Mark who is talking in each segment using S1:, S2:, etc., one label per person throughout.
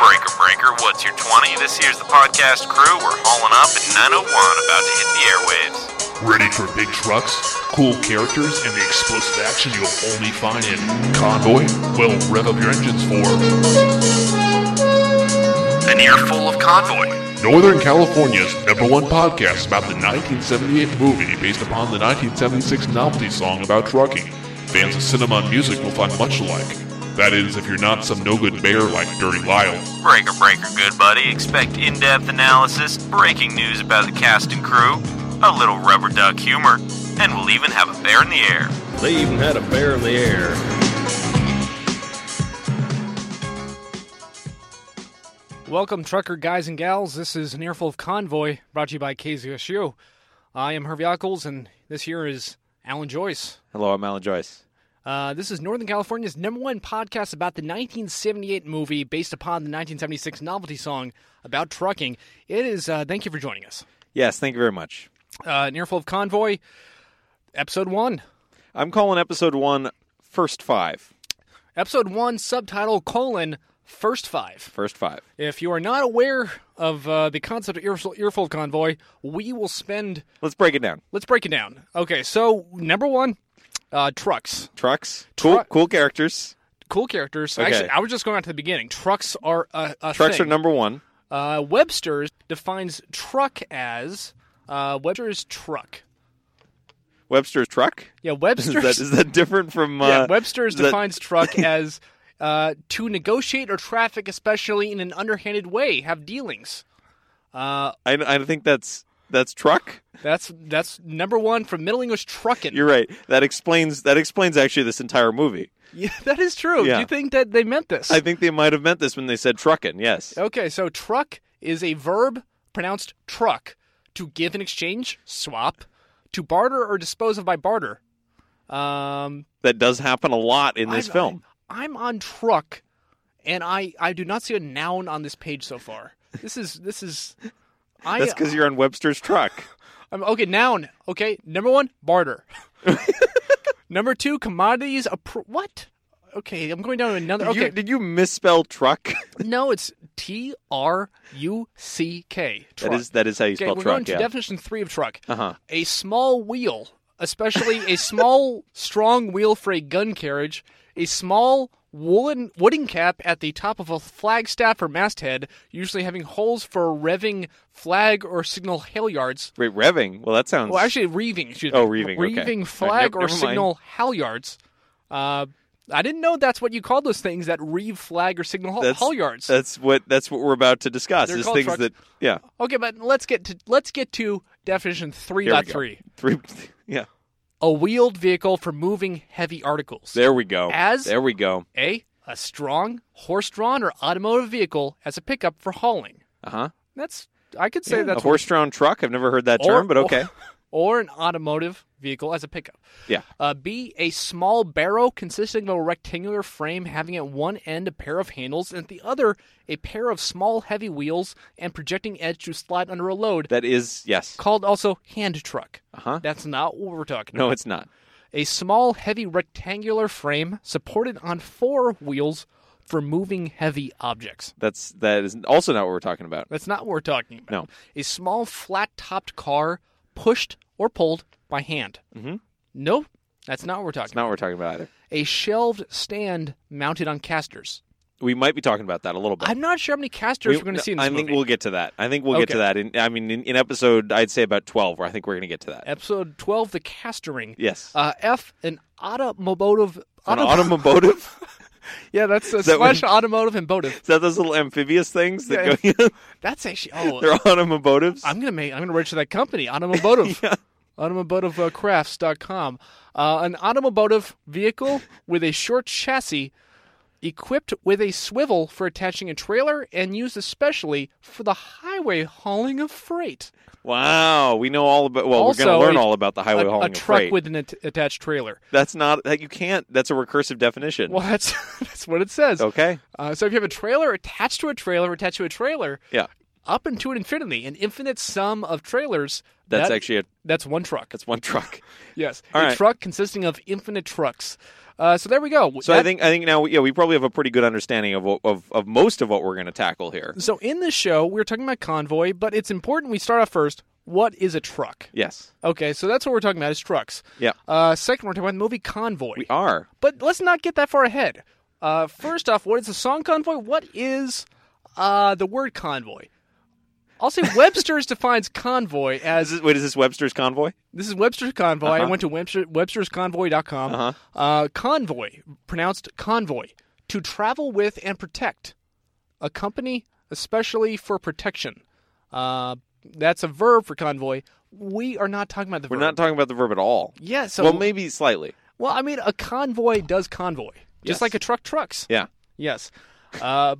S1: Breaker Woods here, 20. This here's the podcast crew. We're hauling up at 901, about to hit the airwaves.
S2: Ready for big trucks, cool characters, and the explosive action you'll only find in Convoy? Well, rev up your engines for
S1: An earful of convoy.
S2: Northern California's number one podcast about the 1978 movie based upon the 1976 novelty song about trucking. Fans of cinema and music will find much alike. That is, if you're not some no good bear like Dirty Lyle.
S1: Breaker Breaker, good buddy. Expect in depth analysis, breaking news about the cast and crew, a little rubber duck humor, and we'll even have a bear in the air.
S3: They even had a bear in the air.
S4: Welcome, trucker guys and gals. This is an earful of convoy brought to you by KZSU. I am Hervey Ockles, and this here is Alan Joyce.
S5: Hello, I'm Alan Joyce.
S4: Uh, this is Northern California's number one podcast about the 1978 movie based upon the 1976 novelty song about trucking. It is. Uh, thank you for joining us.
S5: Yes, thank you very much.
S4: Uh, an earful of convoy, episode one.
S5: I'm calling episode one first five.
S4: Episode one, subtitle colon first five.
S5: First five.
S4: If you are not aware of uh, the concept of earful, earful of convoy, we will spend
S5: Let's break it down.
S4: Let's break it down. Okay, so number one, uh, trucks.
S5: Trucks. Cool,
S4: Truck-
S5: cool characters.
S4: Cool characters.
S5: Okay.
S4: Actually, I was just going out to the beginning. Trucks are a, a
S5: Trucks
S4: thing.
S5: are number one.
S4: Uh, Webster's defines truck as uh, Webster's truck.
S5: Webster's truck.
S4: Yeah,
S5: Is
S4: Webster's.
S5: that is that different from? Uh,
S4: yeah, Webster's
S5: is that-
S4: defines truck as uh, to negotiate or traffic, especially in an underhanded way, have dealings.
S5: I, I think that's that's truck.
S4: That's that's number one from Middle English trucking.
S5: You're right. That explains that explains actually this entire movie.
S4: Yeah, that is true.
S5: Yeah.
S4: Do you think that they meant this?
S5: I think they might have meant this when they said trucking. Yes.
S4: Okay, so truck is a verb pronounced truck to give in exchange, swap, to barter or dispose of by barter. Um,
S5: That does happen a lot in this
S4: I'm-
S5: film.
S4: I'm on truck, and I I do not see a noun on this page so far. This is this is. I,
S5: that's because you're on Webster's truck.
S4: I'm okay. Noun. Okay. Number one, barter. number two, commodities. Appro- what? Okay, I'm going down to another.
S5: You-
S4: Okay,
S5: did you misspell truck?
S4: no, it's T R U C K.
S5: That is that is how you
S4: Okay,
S5: spell
S4: we're
S5: truck.
S4: going to
S5: yeah.
S4: definition three of truck.
S5: Uh-huh.
S4: A small wheel, especially a small, strong wheel for a gun carriage, a small woolen wooden cap at the top of a flagstaff or masthead, usually having holes for revving flag or signal halyards.
S5: Wait, revving. Well, that sounds.
S4: Well, actually, reeving. Excuse
S5: Oh,
S4: me.
S5: reeving, okay.
S4: Reeving
S5: Alright,
S4: flag
S5: nev-
S4: or
S5: never mind.
S4: signal halyards. Uh, I didn't know that's what you called those things that reeve flag or signal hal-
S5: that's,
S4: halyards.
S5: That's what that's what we're about to discuss.
S4: They're
S5: is
S4: called
S5: things
S4: trucks.
S5: that yeah.
S4: okay, but let's get to let's get to definition three
S5: Here we
S4: dot
S5: go.
S4: three.
S5: Three. Yeah.
S4: a wheeled vehicle for moving heavy articles.
S5: There we go.
S4: As-
S5: there we go.
S4: A. A strong horse-drawn or automotive vehicle as a pickup for hauling.
S5: Uh huh.
S4: That's I could say that's
S5: a horse-drawn truck. I've never heard that
S4: or-
S5: term, but okay.
S4: Or, an automotive vehicle as a pickup.
S5: Yeah.
S4: Uh, B. A small barrow consisting of a rectangular frame having at one end a pair of handles and at the other a pair of small heavy wheels and projecting edge to slide under a load.
S5: That is yes.
S4: called also hand truck.
S5: Uh-huh.
S4: That's not what we're talking
S5: No, it's not.
S4: a small, heavy rectangular frame supported on four wheels for moving heavy objects.
S5: That's that is also not what we're talking about.
S4: That's not what we're talking about.
S5: No.
S4: A small, flat topped car pushed or pulled by hand. Mm-hmm. Nope, that's not what we're talking
S5: It's
S4: about.
S5: not what we're talking about either.
S4: A shelved stand mounted on casters.
S5: We might be talking about that a little bit.
S4: I'm not sure how many casters
S5: We-
S4: we're going to see in this
S5: I think
S4: movie.
S5: we'll get to that. I think we'll get to
S4: Okay.
S5: that. In, I mean, in, in episode, I'd say about twelve. Where I think we're going to get to that.
S4: Episode 12, The Castering.
S5: Yes.
S4: Uh, F, an automotive.
S5: An
S4: auto-
S5: automotive.
S4: yeah, that's a
S5: that
S4: slash automotive and boative.
S5: is that those little amphibious things that go?
S4: That's actually. Oh,
S5: they're automotives.
S4: I'm gonna make. I'm gonna register that company, Automotive. yeah. uh, crafts.com. Uh, an automotive vehicle with a short chassis, equipped with a swivel for attaching a trailer, and used especially for the highway hauling of freight.
S5: Wow, we know all about. Well,
S4: also,
S5: we're going to learn
S4: a-
S5: all about the highway
S4: a,
S5: hauling
S4: a
S5: of
S4: truck
S5: freight.
S4: with an at- attached trailer.
S5: That's not that you can't. That's a recursive definition.
S4: Well, that's that's what it says.
S5: okay.
S4: Uh, so if you have a trailer attached to a trailer attached to a trailer,
S5: Yeah.
S4: up into an infinity, an infinite sum of trailers.
S5: That's
S4: that-
S5: actually a,
S4: that's one truck.
S5: that's one truck.
S4: yes,
S5: All
S4: a
S5: right.
S4: truck consisting of infinite trucks. Uh, so there we go.
S5: So I
S4: That-
S5: think I think now yeah we probably have a pretty good understanding of what, of of most of what we're going to tackle here.
S4: so. In this show, we we're talking about convoy, but it's important we start off first. What is a truck?
S5: Yes.
S4: Okay, so that's what we're talking about is trucks.
S5: Yeah.
S4: Uh, second, we're talking about the movie Convoy.
S5: We are.
S4: But let's not get that far ahead. Uh, first off, what is the song convoy? What is uh, the word convoy? I'll say Webster's defines convoy as
S5: Is this, wait, is this Webster's convoy?
S4: this is Webster's convoy. I went to Webster, webstersconvoy.com.
S5: Uh-huh.
S4: Uh, convoy, pronounced convoy, to travel with and protect, accompany, especially for protection. Uh, that's a verb for convoy. We are not talking about the
S5: We're
S4: verb.
S5: not talking about the verb at all.
S4: yeah, so
S5: well, maybe slightly.
S4: well, I mean, a convoy does convoy, just
S5: Yes.
S4: like a truck trucks.
S5: Yeah.
S4: Yes. Uh,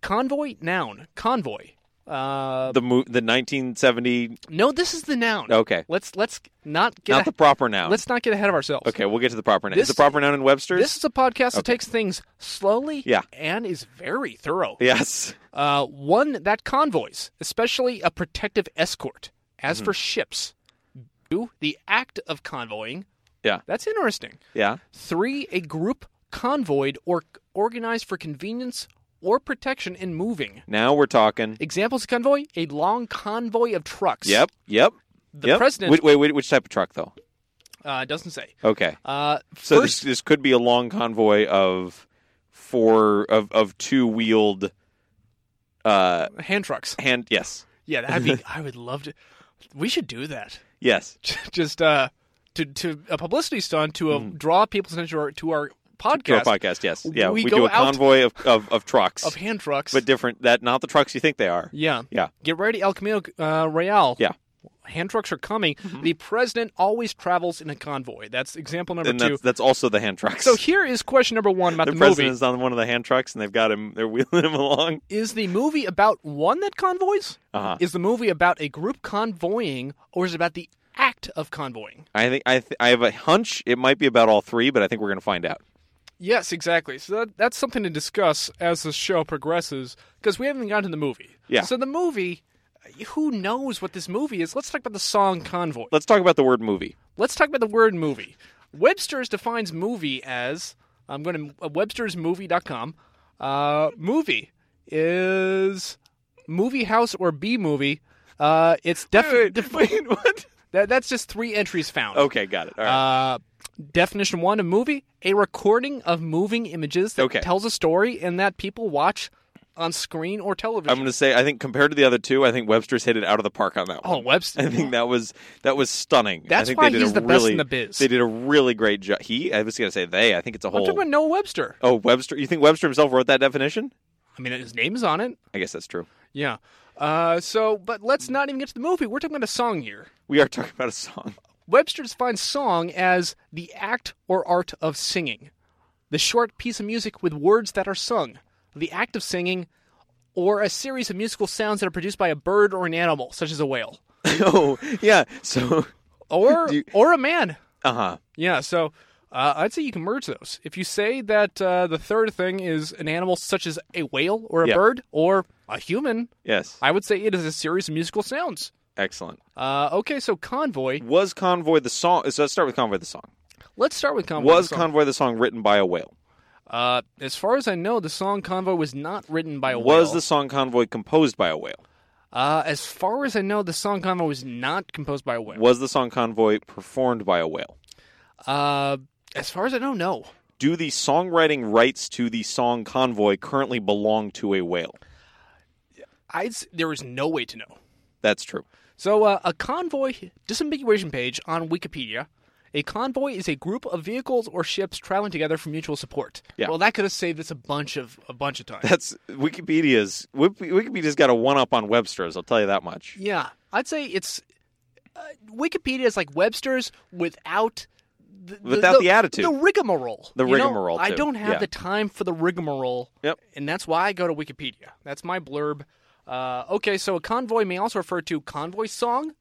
S4: convoy, noun. Convoy. Uh,
S5: The mo- the 1970
S4: no, this is the noun.
S5: Okay.
S4: Let's let's not get
S5: not the proper noun.
S4: let's not get ahead of ourselves.
S5: okay, we'll get to the proper noun.
S4: This-
S5: is the proper noun in Webster's?
S4: This is a podcast that takes things slowly
S5: Yeah.
S4: and is very thorough.
S5: yes.
S4: Uh, one that convoys, especially a protective escort. As
S5: Mm-hmm.
S4: for ships, two the act of convoying.
S5: Yeah.
S4: That's interesting.
S5: Yeah.
S4: Three, a group convoyed or c- organized for convenience or protection in moving.
S5: Now we're talking.
S4: Examples of convoy: a long convoy of trucks.
S5: Yep. Yep.
S4: The
S5: yep.
S4: president-
S5: Wait, wait, wait, which type of truck though?
S4: uh, doesn't say.
S5: Okay.
S4: Uh,
S5: So
S4: first,
S5: this, this could be a long convoy of four of of two wheeled uh
S4: hand trucks.
S5: hand yes.
S4: Yeah, that'd be. I would love to. We should do that.
S5: Yes.
S4: Just uh, to to a publicity stunt to uh, draw people's attention to our, to our podcast
S5: Mm. To our podcast, yes. Yeah.
S4: We
S5: We,
S4: go
S5: do a
S4: out-
S5: convoy of, of, of trucks.
S4: of hand trucks.
S5: but different that not the trucks you think they are.
S4: yeah,
S5: Yeah.
S4: get ready, El Camino uh, Real.
S5: Yeah. Mm-hmm.
S4: Hand trucks are coming. The president always travels in a convoy. That's example number
S5: and
S4: two.
S5: that's, that's also the hand trucks.
S4: So here is question number one about
S5: the,
S4: the,
S5: president
S4: movie.
S5: is on one of the hand trucks, and they've got him. They're wheeling him along.
S4: Is the movie about one that convoys?
S5: Uh-huh.
S4: Is the movie about a group convoying, or is it about the act of convoying?
S5: I think I th- I have a hunch it might be about all three, but I think we're going to find out.
S4: Yes, exactly. So that, that's something to discuss as the show progresses because we haven't even gotten to the movie.
S5: Yeah.
S4: So the movie, who knows what this movie is? Let's talk about the song Convoy.
S5: Let's talk about the word movie.
S4: Let's talk about the word movie. Webster's defines movie as I'm uh, going to webstersmovie.com. Uh, movie is movie house or B movie. Uh, it's definitely
S5: what?
S4: that, that's just three entries found.
S5: Okay, got it. All right.
S4: Uh, definition one of movie: a recording of moving images that
S5: Okay.
S4: tells a story and that people watch on screen or television.
S5: I'm going to say I think compared to the other two, I think Webster's hit it out of the park on that one.
S4: oh, Webster.
S5: I think that was that was stunning. I
S4: That's
S5: think
S4: why
S5: they did
S4: he's
S5: a
S4: the best in
S5: really-
S4: the biz.
S5: They did a really great job. He, I was going to say they. I think it's a
S4: I'm
S5: whole.
S4: talking about Noah Webster.
S5: oh, Webster. You think Webster himself wrote that definition?
S4: I mean, his name is on it.
S5: I guess that's true.
S4: Yeah. Uh, so, but let's not even get to the movie. We're talking about a song here.
S5: We are talking about a song.
S4: Webster defines song as the act or art of singing, the short piece of music with words that are sung, the act of singing, or a series of musical sounds that are produced by a bird or an animal, such as a whale,
S5: oh, yeah. So,
S4: or
S5: Do you-
S4: or a man.
S5: uh huh.
S4: Yeah, so uh, I'd say you can merge those. If you say that uh, the third thing is an animal such as a whale or a
S5: Yeah.
S4: bird or a human,
S5: Yes.
S4: I would say it is a series of musical sounds.
S5: Excellent.
S4: Uh, okay, so convoy.
S5: Was Convoy the song? So let's start with Convoy the song.
S4: Let's start with convoy.
S5: Was
S4: the song.
S5: Convoy the song written by a whale?
S4: Uh, as far as I know, the song "Convoy" was not written by a
S5: Was
S4: whale.
S5: the song Convoy composed by a whale?
S4: Uh, as far as I know, the song "Convoy" was not composed by a whale.
S5: Was the song Convoy performed by a whale?
S4: Uh, as far as I know, no.
S5: Do the songwriting rights to the song Convoy currently belong to a whale?
S4: I there is no way to know.
S5: That's true.
S4: So, uh, a convoy disambiguation page on Wikipedia. A convoy is a group of vehicles or ships traveling together for mutual support.
S5: Yeah.
S4: Well, that could have saved us a bunch of a bunch of time.
S5: That's Wikipedia's. Wik- Wikipedia's got a one up on Webster's. I'll tell you that much.
S4: yeah, I'd say it's uh, Wikipedia is like Webster's without the,
S5: Without the attitude.
S4: the rigmarole.
S5: The
S4: You know,
S5: rigmarole,
S4: I
S5: too.
S4: don't have
S5: Yeah.
S4: the time for the rigmarole.
S5: Yep.
S4: And that's why I go to Wikipedia. That's my blurb. Uh, okay, so a convoy may also refer to convoy song,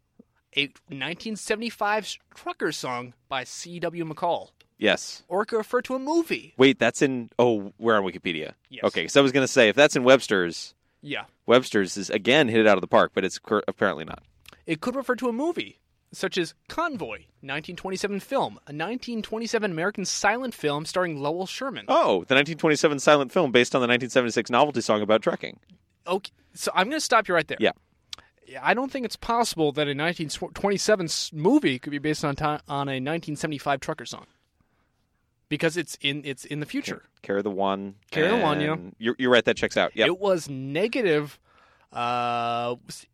S4: a 1975 sh- trucker song by C.W. McCall,
S5: Yes.
S4: or it could refer to a movie.
S5: Wait, that's in. Oh, we're on Wikipedia.
S4: Yes.
S5: Okay, because I was going to say if that's in Webster's,
S4: Yeah.
S5: Webster's is again hit it out of the park, but it's cur- apparently not.
S4: It could refer to a movie, such as Convoy, 1927 film, a 1927 American silent film starring Lowell Sherman.
S5: Oh, the 1927 silent film based on the 1976 novelty song about trekking.
S4: Okay, so I'm going to stop you right there.
S5: Yeah.
S4: I don't think it's possible that a 1927 s- movie could be based on ti on a 1975 trucker song, because it's in it's in the future.
S5: Carry the one.
S4: Carry the one, yeah.
S5: and You're, you're right. That checks out. Yeah.
S4: It was negative, uh, s-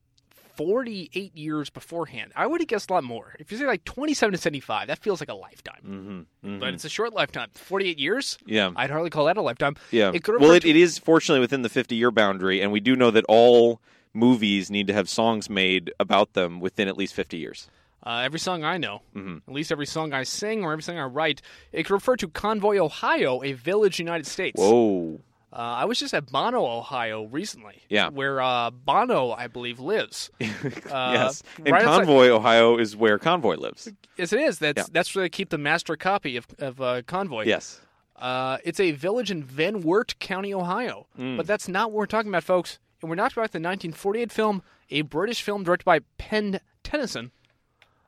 S4: 48 years beforehand. I would have guessed a lot more. If you say like 27 to 75, that feels like a lifetime, but it's a short lifetime. 48 years.
S5: Mm-hmm, Yeah.
S4: I'd hardly call that a lifetime.
S5: yeah.
S4: It could
S5: well,
S4: refer
S5: it,
S4: to-
S5: it is fortunately within the 50 year boundary, and we do know that all movies need to have songs made about them within at least 50 years.
S4: Uh, every song I know,
S5: Mm-hmm.
S4: at least every song I sing or every song I write, it could refer to Convoy, Ohio, a village, United States.
S5: Whoa.
S4: Uh, I was just at Bono, Ohio recently.
S5: Yeah.
S4: Where uh, Bono, I believe, lives. uh,
S5: yes. And
S4: right outside-
S5: Convoy, Ohio is where Convoy lives.
S4: yes, it is. That's, that's where they keep the master copy of, of uh, Convoy.
S5: Yes.
S4: Uh, it's a village in Van Wert County, Ohio.
S5: Hmm.
S4: But that's not what we're talking about, folks. And we're not talking about the 1948 film, a British film directed by Penn Tennyson.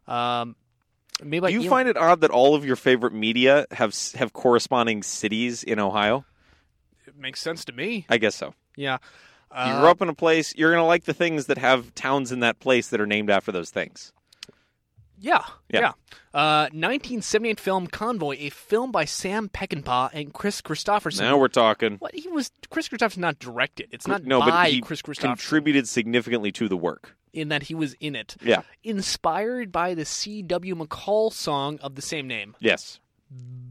S4: Um, maybe like
S5: Do you
S4: Ian-
S5: find it odd that all of your favorite media have s- have corresponding cities in Ohio?
S4: it makes sense to me.
S5: I guess so.
S4: Yeah.
S5: you
S4: Uh,
S5: grew up in a place, you're going to like the things that have towns in that place that are named after those things.
S4: Yeah, yeah.
S5: Yeah.
S4: Uh, 1978 film Convoy, a film by Sam Peckinpah and Chris Christopherson.
S5: Now we're talking.
S4: what he was Chris Christopherson not directed. It's not
S5: no,
S4: by
S5: but he
S4: Chris Christopherson
S5: contributed significantly to the work.
S4: in that he was in it.
S5: Yeah.
S4: Inspired by the C.W. McCall song of the same name.
S5: Yes.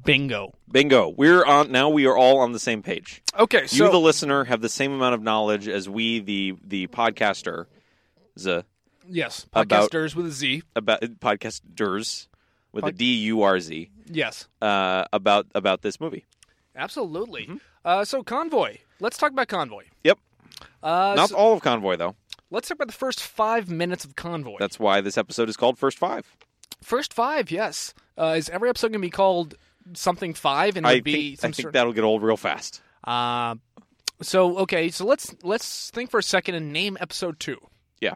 S4: Bingo.
S5: Bingo. We're on now we are all on the same page.
S4: Okay, so
S5: you the listener have the same amount of knowledge as we the the podcaster z
S4: yes,
S5: about-
S4: podcasters with a Z.
S5: about podcasters with a
S4: Pod-
S5: D U R Z
S4: Yes,
S5: uh, about about this movie.
S4: absolutely.
S5: Mm-hmm.
S4: Uh, so Convoy. Let's talk about Convoy.
S5: Yep.
S4: Uh,
S5: Not
S4: so-
S5: all of Convoy though.
S4: let's talk about the first five minutes of Convoy.
S5: That's why this episode is called First Five.
S4: First five, yes. Uh, is every episode going to be called something five? And it
S5: I
S4: would be
S5: think, I
S4: some
S5: think
S4: sort.
S5: that'll get old real fast.
S4: uh, so okay, so let's let's think for a second and name episode two.
S5: Yeah.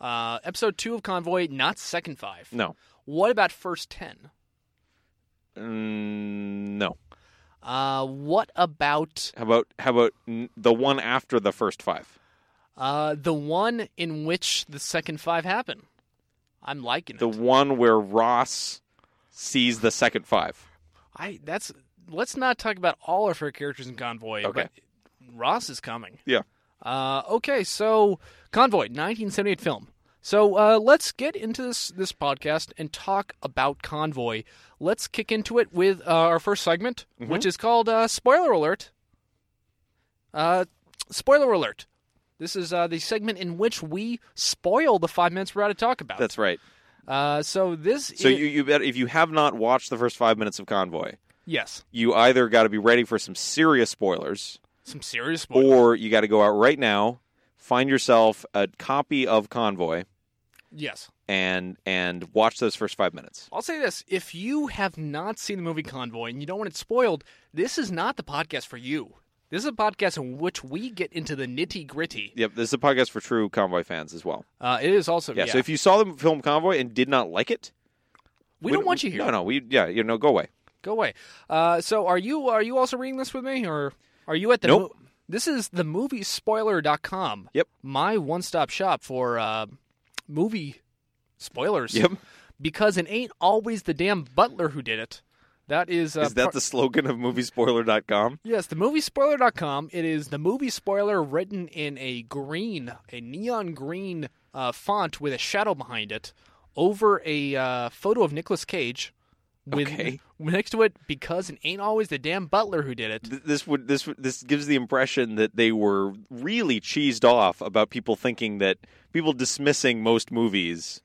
S4: Uh, episode two of Convoy, not second five.
S5: No.
S4: What about first ten?
S5: Mm, no.
S4: Uh, what about
S5: How about how about n- the one after the first five?
S4: uh, the one in which the second five happen? I'm liking
S5: The
S4: it.
S5: one where Ross sees the second five.
S4: I that's let's not talk about all of her characters in Convoy.
S5: Okay.
S4: But Ross is coming.
S5: Yeah.
S4: Uh, okay, so Convoy, 1978 film. So uh, let's get into this this podcast and talk about Convoy. Let's kick into it with uh, our first segment,
S5: Mm-hmm.
S4: which is called uh, Spoiler Alert. Uh, spoiler Alert. This is uh, the segment in which we spoil the five minutes we're about to talk about.
S5: That's right.
S4: uh, so this.
S5: So
S4: is,
S5: you you bet if you have not watched the first five minutes of Convoy,
S4: yes,
S5: you either got to be ready for some serious spoilers,
S4: some serious spoilers.
S5: or you got to go out right now, find yourself a copy of Convoy,
S4: yes,
S5: and and watch those first five minutes.
S4: I'll say this: if you have not seen the movie Convoy and you don't want it spoiled, this is not the podcast for you. This is a podcast in which we get into the nitty gritty.
S5: Yep, this is a podcast for true Convoy fans as well.
S4: Uh, it is also
S5: Yeah,
S4: yeah.
S5: So if you saw the film Convoy and did not like it,
S4: we don't want you here.
S5: No, no, we yeah, you know, go away.
S4: Go away. Uh, so are you are you also reading this with me, or are you at the?
S5: Nope.
S4: mo- this is the moviespoiler.com.
S5: Yep.
S4: My one stop shop for uh, movie spoilers.
S5: Yep.
S4: Because it ain't always the damn butler who did it. That is. Uh,
S5: Is that
S4: par-
S5: the slogan of moviespoiler.com?
S4: Yes, the moviespoiler.com. It is the movie spoiler written in a green, a neon green uh, font with a shadow behind it over a uh, photo of Nicolas Cage with
S5: Okay.
S4: next to it because it ain't always the damn butler who did it.
S5: Th- This would this would- this gives the impression that they were really cheesed off about people thinking that people dismissing most movies.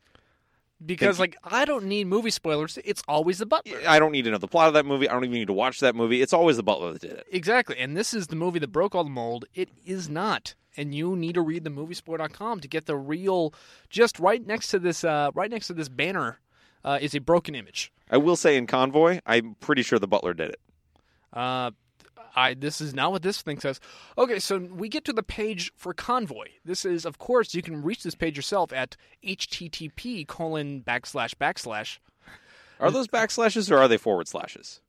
S4: Because, like, I don't need movie spoilers. It's always the butler.
S5: I don't need to know the plot of that movie. I don't even need to watch that movie. It's always the butler that did it.
S4: Exactly. And this is the movie that broke all the mold. It is not. And you need to read the moviespoiler.com to get the real just right next to this uh, right next to this banner uh, is a broken image.
S5: I will say in Convoy, I'm pretty sure the butler did it.
S4: Uh, I this is not what this thing says. Okay, so we get to the page for convoy. This is, of course, you can reach this page yourself at http colon backslash backslash.
S5: Are those backslashes or are they forward slashes?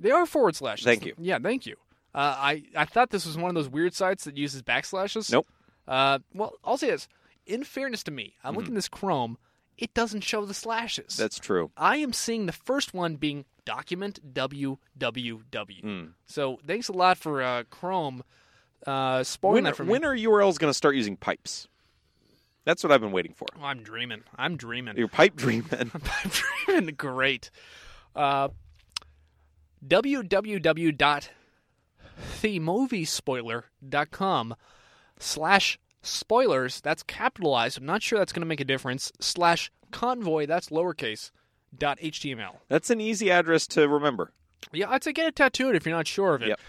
S4: They are forward slashes.
S5: Thank you.
S4: Yeah, thank you. Uh, I I thought this was one of those weird sites that uses backslashes.
S5: Nope.
S4: Uh, well, I'll say this. In fairness to me,
S5: Mm-hmm.
S4: I'm looking at this Chrome. It doesn't show the slashes.
S5: That's true.
S4: I am seeing the first one being document www. So thanks a lot for uh, Chrome uh, spoiling
S5: When,
S4: that for me.
S5: when are URLs going to start using pipes? That's what I've been waiting for.
S4: Oh, I'm dreaming. I'm dreaming.
S5: Your pipe dream, man.
S4: I'm dreaming. Great. Uh, www.themoviespoiler.com slash spoilers. That's capitalized. I'm not sure that's going to make a difference. Slash convoy. That's lowercase. Dot html.
S5: That's an easy address to remember.
S4: Yeah, I'd say get it tattooed if you're not sure of it.
S5: Yep.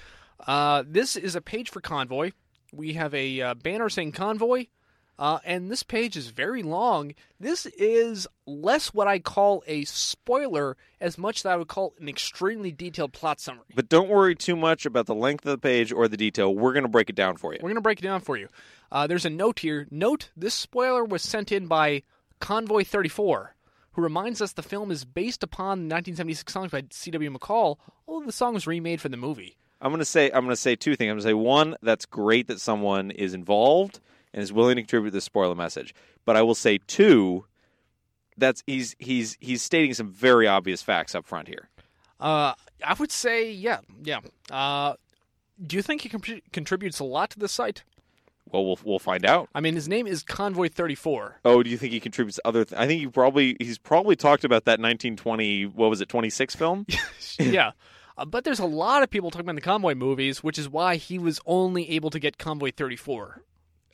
S4: Uh, this is a page for Convoy. We have a uh, banner saying Convoy, uh, and this page is very long. This is less what I call a spoiler as much as I would call an extremely detailed plot summary.
S5: But don't worry too much about the length of the page or the detail. We're going to break it down for you.
S4: We're going to break it down for you. Uh, there's a note here. Note this spoiler was sent in by Convoy 34, who reminds us the film is based upon the 1976 songs by C.W. McCall, although the song was remade for the movie.
S5: I'm gonna say I'm gonna say two things. I'm gonna say one, that's great that someone is involved and is willing to contribute to the spoiler message. But I will say two, that's he's he's he's stating some very obvious facts up front here.
S4: Uh, I would say, yeah, yeah. Uh, do you think he con- contributes a lot to the site?
S5: Well, we'll we'll find out.
S4: I mean, his name is Convoy Thirty Four.
S5: Oh, do you think he contributes to other? Th- I think he probably he's probably talked about that 1920 what was it 26 film.
S4: yeah, uh, but there's a lot of people talking about the Convoy movies, which is why he was only able to get Convoy Thirty Four.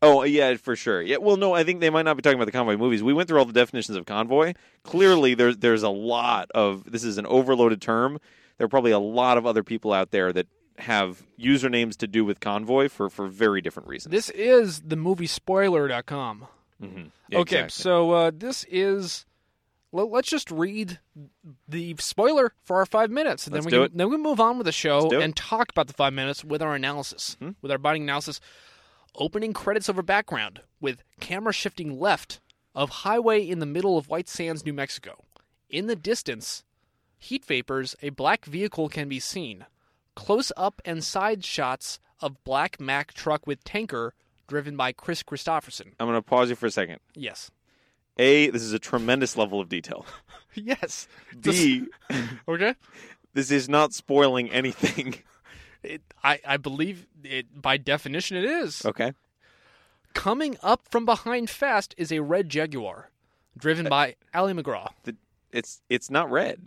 S5: oh yeah, for sure. Yeah. Well, no, I think they might not be talking about the convoy movies. We went through all the definitions of convoy. Clearly, there's there's a lot of this is an overloaded term. There are probably a lot of other people out there that have usernames to do with convoy for for very different reasons.
S4: This is the moviespoiler.com.
S5: Yeah,
S4: okay,
S5: Mm-hmm. exactly.
S4: so uh, this is. Let, let's just read the spoiler for our five minutes, and
S5: Let's
S4: then we can,
S5: do it.
S4: then we can move on with the show
S5: do it. Hmm?
S4: and talk about the five minutes with our analysis, with our binding analysis. Opening credits over background with camera shifting left of highway in the middle of White Sands, New Mexico. In the distance, heat vapors, a black vehicle can be seen. Close up and side shots of black Mack truck with tanker driven by Chris Christopherson.
S5: I'm going to pause you for a second.
S4: Yes.
S5: A, this is a tremendous level of detail.
S4: Yes.
S5: B,
S4: Okay.
S5: this is not spoiling anything.
S4: It, I, I believe it by definition it is.
S5: Okay.
S4: Coming up from behind fast is a red Jaguar, driven by Ali McGraw.
S5: The, it's it's not red.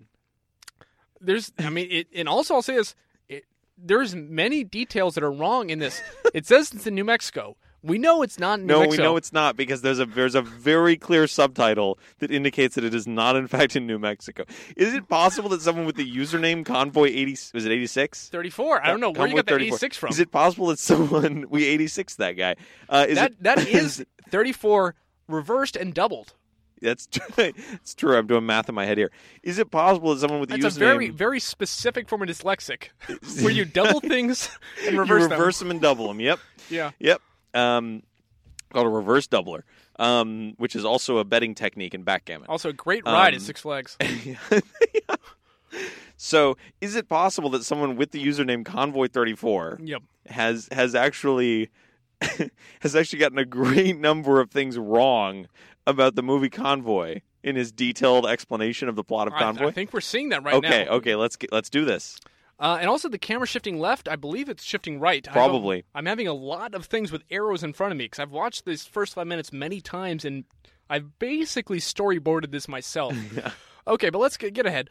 S4: There's, I mean, it, and also I'll say this: it, there's many details that are wrong in this. It says it's in New Mexico. We know it's not in New
S5: No, we
S4: Mexico.
S5: know it's not because there's a there's a very clear subtitle that indicates that it is not in fact in New Mexico. Is it possible that someone with the username convoy eighty was it eighty six?
S4: 34. I don't know where you got that 86 from.
S5: Is it possible that someone we eighty six that guy? Uh, is
S4: that
S5: it,
S4: that is 34 reversed and doubled.
S5: that's true. it's true. I'm doing math in my head here. Is it possible that someone with the
S4: That's a
S5: username
S4: very very specific form of dyslexic, where you double things and
S5: you
S4: reverse,
S5: reverse them and double them? Yep.
S4: them. Yeah.
S5: Yep. Um, called a reverse doubler, um, which is also a betting technique in backgammon.
S4: Also, a great ride at
S5: Um,
S4: Six Flags.
S5: So, is it possible that someone with the username convoy34
S4: Yep.
S5: has has actually has actually gotten a great number of things wrong about the movie Convoy in his detailed explanation of the plot of
S4: I, I
S5: Convoy?
S4: think we're seeing that right
S5: okay,
S4: now.
S5: okay, let's get, let's do this.
S4: Uh, and also the camera shifting left. I believe it's shifting right. I don't-
S5: Probably.
S4: I'm having a lot of things with arrows in front of me because I've watched these first five minutes many times and I've basically storyboarded this myself. Okay, but let's get, get ahead.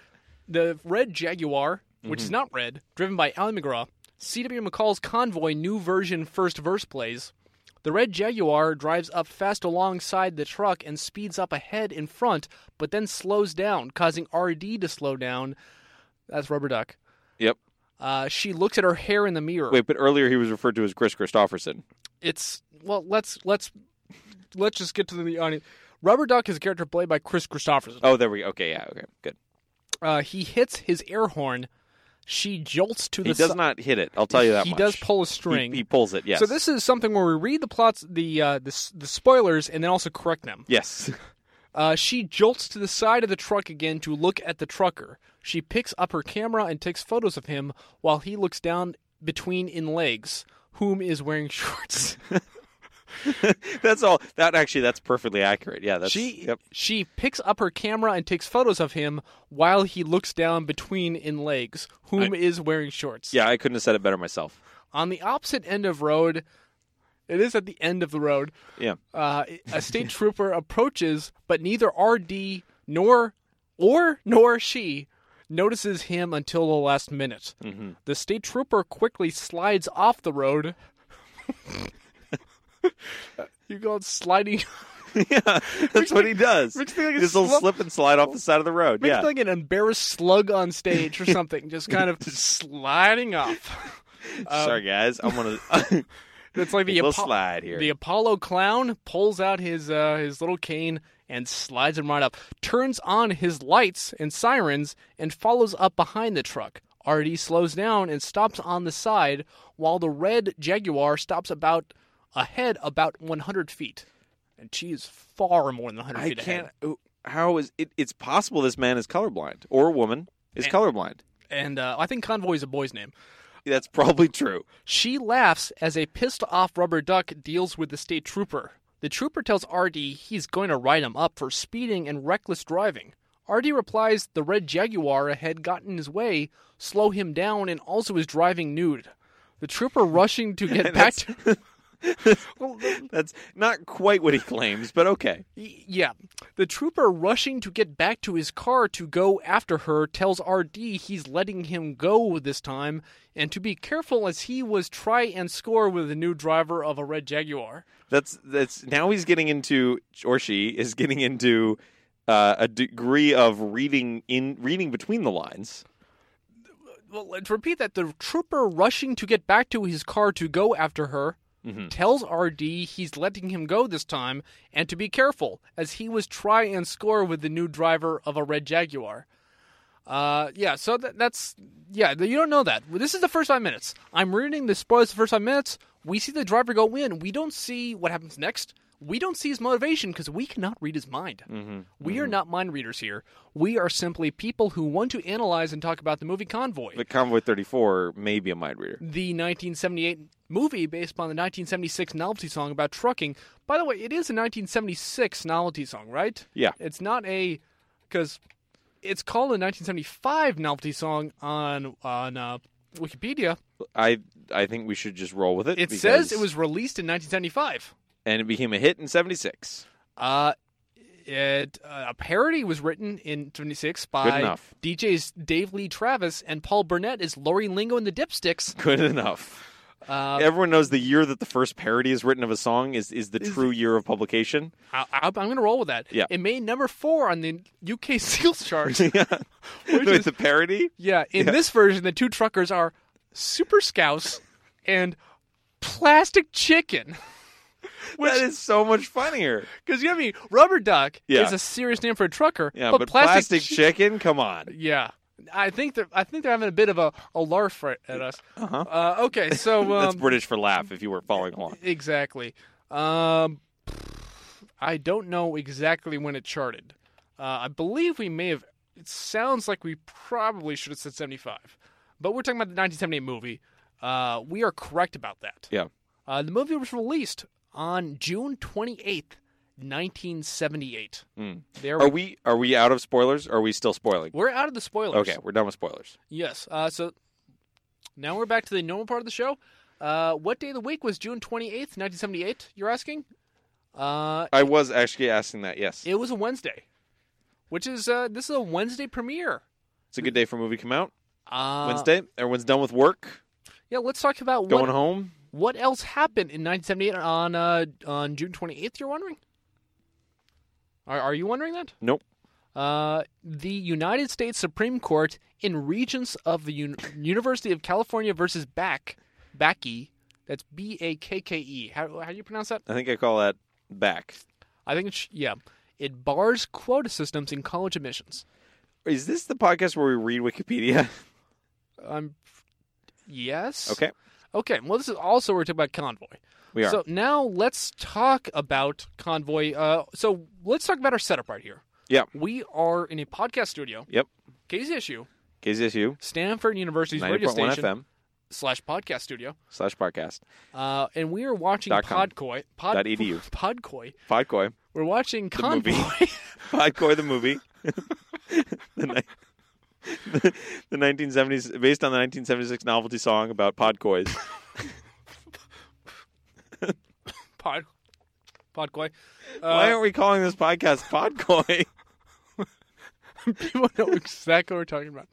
S4: The red Jaguar, which is not red, driven by Alan McGraw, C.W. McCall's convoy new version first verse plays. The red Jaguar drives up fast alongside the truck and speeds up ahead in front, but then slows down, causing RD to slow down. That's Rubber Duck.
S5: Yep.
S4: Uh, she looks at her hair in the mirror.
S5: Wait, but earlier he was referred to as Chris Christopherson.
S4: It's well, let's let's let's just get to the audience. Rubber Duck is a character played by Chris Christopherson.
S5: Oh, there we go. Okay, yeah, okay. Good.
S4: Uh, he hits his air horn, she jolts to the
S5: He does
S4: si-
S5: not hit it. I'll tell you that
S4: he
S5: much.
S4: does pull a
S5: He-
S4: string.
S5: He, pulls it. Yes.
S4: So this is something where we read the plots, the uh, the, s- the spoilers, and then also correct them.
S5: Yes.
S4: Uh, she jolts to the side of the truck again to look at the trucker. She picks up her camera and takes photos of him while he looks down between in legs, whom is wearing shorts.
S5: that's all. That actually, that's perfectly accurate. Yeah. That's,
S4: she
S5: Yep.
S4: she picks up her camera and takes photos of him while he looks down between in legs, whom is wearing shorts.
S5: Yeah, I couldn't have said it better myself.
S4: On the opposite end of road, it is at the end of the road.
S5: Yeah.
S4: uh, a state trooper approaches, but neither RD nor or nor she notices him until the last minute.
S5: Mm-hmm.
S4: The state trooper quickly slides off the road. you go sliding.
S5: yeah. That's what he does.
S4: makes me like a
S5: this little
S4: slump-
S5: slip and slide off the side of the road.
S4: Makes
S5: yeah.
S4: me like an embarrassed slug on stage or something, just kind of sliding off.
S5: Sorry, guys. I'm gonna.
S4: It's like the
S5: Little
S4: Apo-
S5: slide here.
S4: The Apollo clown pulls out his uh, his little cane and slides him right up. Turns on his lights and sirens and follows up behind the truck. Artie slows down and stops on the side, while the red Jaguar stops about ahead about 100 feet, and she is far more than 100
S5: I
S4: feet
S5: can't.
S4: ahead.
S5: oh, How is it? It's possible this man is colorblind or a woman is colorblind.
S4: And uh, I think Convoy is a boy's name.
S5: That's probably true.
S4: She laughs as a pissed off rubber duck deals with the state trooper. The trooper tells RD he's going to write him up for speeding and reckless driving. RD replies the red Jaguar had gotten in his way, slow him down, and also is driving nude. The trooper rushing to get back to.
S5: That's not quite what he claims, but okay.
S4: Y- Yeah. The trooper rushing to get back to his car to go after her tells RD he's letting him go this time and to be careful as he was try and score with the new driver of a red Jaguar.
S5: That's that's now he's getting into or she is getting into uh, a degree of reading in reading between the lines.
S4: well, let's repeat that the trooper rushing to get back to his car to go after her tells RD he's letting him go this time and to be careful as he was try and score with the new driver of a red Jaguar. Uh, yeah, so that, that's yeah. You don't know that. This is the first five minutes. I'm reading the spoilers. The first five minutes, we see the driver go in. We don't see what happens next. We don't see his motivation because we cannot read his mind. We are not mind readers here. We are simply people who want to analyze and talk about the movie Convoy
S5: But Convoy 34 may be a mind reader.
S4: the 1978 movie based upon the 1976 novelty song about trucking. By the way, it is a 1976 novelty song, right?
S5: Yeah.
S4: It's not a because it's called a 1975 novelty song on on uh, Wikipedia.
S5: I I think we should just roll with it.
S4: It
S5: because-
S4: says it was released in 1975.
S5: and it became a hit in 76.
S4: Uh, it uh, a parody was written in 76 by
S5: enough.
S4: DJs Dave Lee Travis and Paul Burnett is Lori Lingo and the Dipsticks.
S5: Good enough.
S4: Uh,
S5: Everyone knows the year that the first parody is written of a song is, is the true year of publication.
S4: I, I, I'm going to roll with that.
S5: Yeah.
S4: It made number four on the UK sales chart.
S5: yeah. Wait,
S4: is-
S5: the parody?
S4: yeah. In this version, the two truckers are Super Scouse and Plastic Chicken. Which,
S5: that is so much funnier.
S4: because you know what I mean? Rubber Duck
S5: Yeah.
S4: is a serious name for a trucker.
S5: Yeah,
S4: but,
S5: but, plastic,
S4: Chi-
S5: chicken, come on.
S4: yeah. I think they're I think they're having a bit of a, a larf right at us. Uh-huh. okay, so
S5: That's
S4: um,
S5: British for laugh if you weren't following along.
S4: exactly. Um, I don't know exactly when it charted. Uh, I believe we may have. It sounds like we probably should have said 75, but we're talking about the 1978 movie. Uh, we are correct about that.
S5: Yeah.
S4: Uh, the movie was released on June 28th, 1978. There
S5: Hmm.
S4: we,
S5: Are we are we out of spoilers? Or are we still spoiling?
S4: we're out of the spoilers.
S5: Okay, we're done with spoilers.
S4: Yes. Uh, so now we're back to the normal part of the show. Uh, what day of the week was June 28th, 1978? You're asking. Uh,
S5: I was actually asking that, yes.
S4: It was a Wednesday, which is uh, this is a Wednesday premiere.
S5: It's a good day for a movie to come out.
S4: Uh,
S5: Wednesday. Everyone's done with work,
S4: Yeah, let's talk about
S5: Ah. going
S4: what,
S5: home.
S4: what else happened in 1978 on uh, on June 28th. You're wondering. Are, are you wondering that?
S5: Nope.
S4: Uh, the United States Supreme Court in Regents of the Un- University of California versus Back Backy. That's B A K K E. How how do you pronounce that?
S5: I think I call that back.
S4: I think it's yeah. It bars quota systems in college admissions.
S5: Is this the podcast where we read Wikipedia?
S4: I'm. Um, Yes.
S5: Okay,
S4: Okay. Well, this is also we're talking about convoy.
S5: we are.
S4: So now let's talk about convoy. Uh, so let's talk about our setup right here.
S5: Yeah.
S4: We are in a podcast studio.
S5: Yep.
S4: KZSU,
S5: KZSU,
S4: Stanford University's radio
S5: 90.1
S4: station
S5: FM
S4: slash podcast studio,
S5: slash podcast.
S4: uh, and we are watching
S5: Dot com.
S4: Podcoy. Pod,
S5: Dot E edu.
S4: Podcoy.
S5: Podcoy.
S4: We're watching
S5: movie.
S4: Convoy.
S5: Podcoy the movie. the, ni- the 1970s, based on the 1976 novelty song about podcoys.
S4: Pod. Podcoy.
S5: Why
S4: Uh,
S5: aren't we calling this podcast Podcoy?
S4: people know exactly what we're talking about.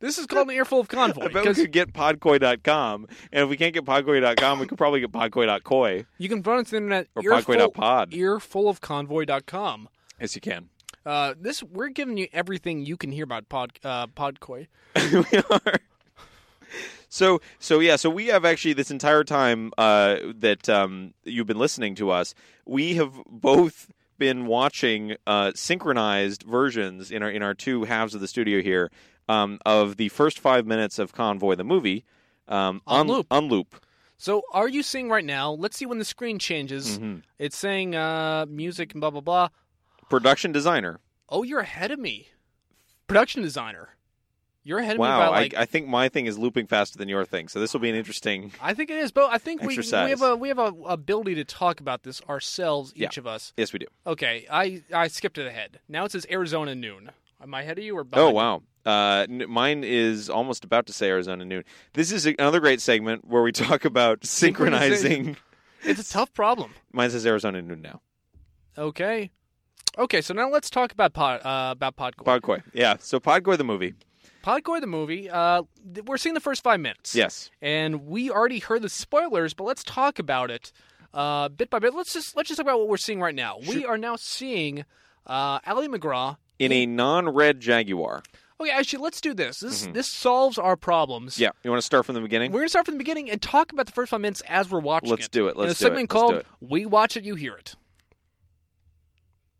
S4: This is called an earful of convoy
S5: I bet we
S4: because
S5: could get podcoy.com. And if we can't get podcoy.com, we could probably get podcoy.coy.
S4: you can find us on the internet
S5: Or
S4: earful,
S5: podcoy.pod.
S4: earfulofconvoy.com.
S5: Yes, you can.
S4: Uh, this we're giving you everything you can hear about pod uh, Podcoy.
S5: we are. So so yeah, so we have actually this entire time uh, that um, you've been listening to us, we have both been watching uh, synchronized versions in our in our two halves of the studio here um, of the first five minutes of Convoy the movie um,
S4: On loop.
S5: On loop.
S4: So are you seeing right now? Let's see when the screen
S5: Mm-hmm.
S4: changes. It's saying uh, music and blah blah blah.
S5: Production designer.
S4: Oh, you're ahead of me. Production designer, you're ahead of me
S5: Wow,
S4: by like
S5: I, I think my thing is looping faster than your thing, so this will be an interesting.
S4: I think it is, but I think we, we
S5: Exercise.
S4: have a we have a ability to talk about this ourselves,
S5: Yeah.
S4: each of us.
S5: Yes, we do.
S4: Okay, I I skipped it ahead. Now it says Arizona noon. Am I ahead of you or behind?
S5: Oh
S4: you?
S5: wow. Uh, n- mine is almost about to say Arizona noon. This is another great segment where we talk about synchronizing.
S4: It's a tough problem.
S5: mine says Arizona noon now.
S4: Okay, okay. So now let's talk about pod, uh, about Podcoy.
S5: Podcoy, yeah. So Podcoy the movie,
S4: Podcoy the movie. Uh, th- we're seeing the first five minutes.
S5: yes.
S4: and we already heard the spoilers, but let's talk about it uh, bit by bit. Let's just let's just talk about what we're seeing right now. We are now seeing uh, Ally McGraw.
S5: In a non-red Jaguar.
S4: Okay, actually, let's do this. This this solves our problems.
S5: Mm-hmm. Yeah. You want to start from the beginning?
S4: We're gonna start from the beginning and talk about the first five minutes as we're watching
S5: Let's
S4: it.
S5: do
S4: In
S5: it.
S4: a
S5: Let's do it.
S4: segment
S5: Let's do
S4: called
S5: it.
S4: "We Watch It, You Hear It."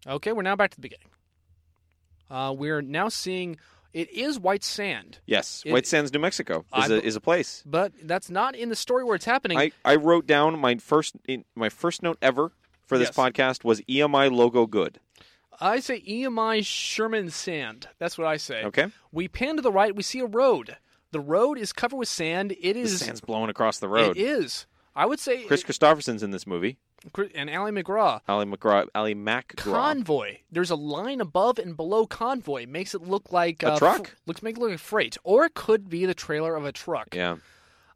S4: Okay, we're now back to the beginning. Uh, we're now seeing it is white sand,
S5: yes.
S4: It-
S5: White Sands, New Mexico is
S4: I
S5: a
S4: b-
S5: is a place.
S4: but that's not in the story where it's happening.
S5: I, I wrote down my first in, my first note ever for this
S4: Yes.
S5: podcast was EMI logo good.
S4: I say EMI Sherman Sand. That's what I say.
S5: Okay.
S4: We pan to the right. We see a road. The road is covered with sand. It is.
S5: Sands blowing across the road.
S4: It is. I would say.
S5: Chris Christopherson's in this movie.
S4: Chris- and Ally McGraw.
S5: Ali McGraw. Ali McGraw.
S4: Convoy. There's a line above and below convoy. Makes it look like
S5: A
S4: uh,
S5: truck?
S4: looks make it look like freight, or it could be the trailer of a truck.
S5: yeah.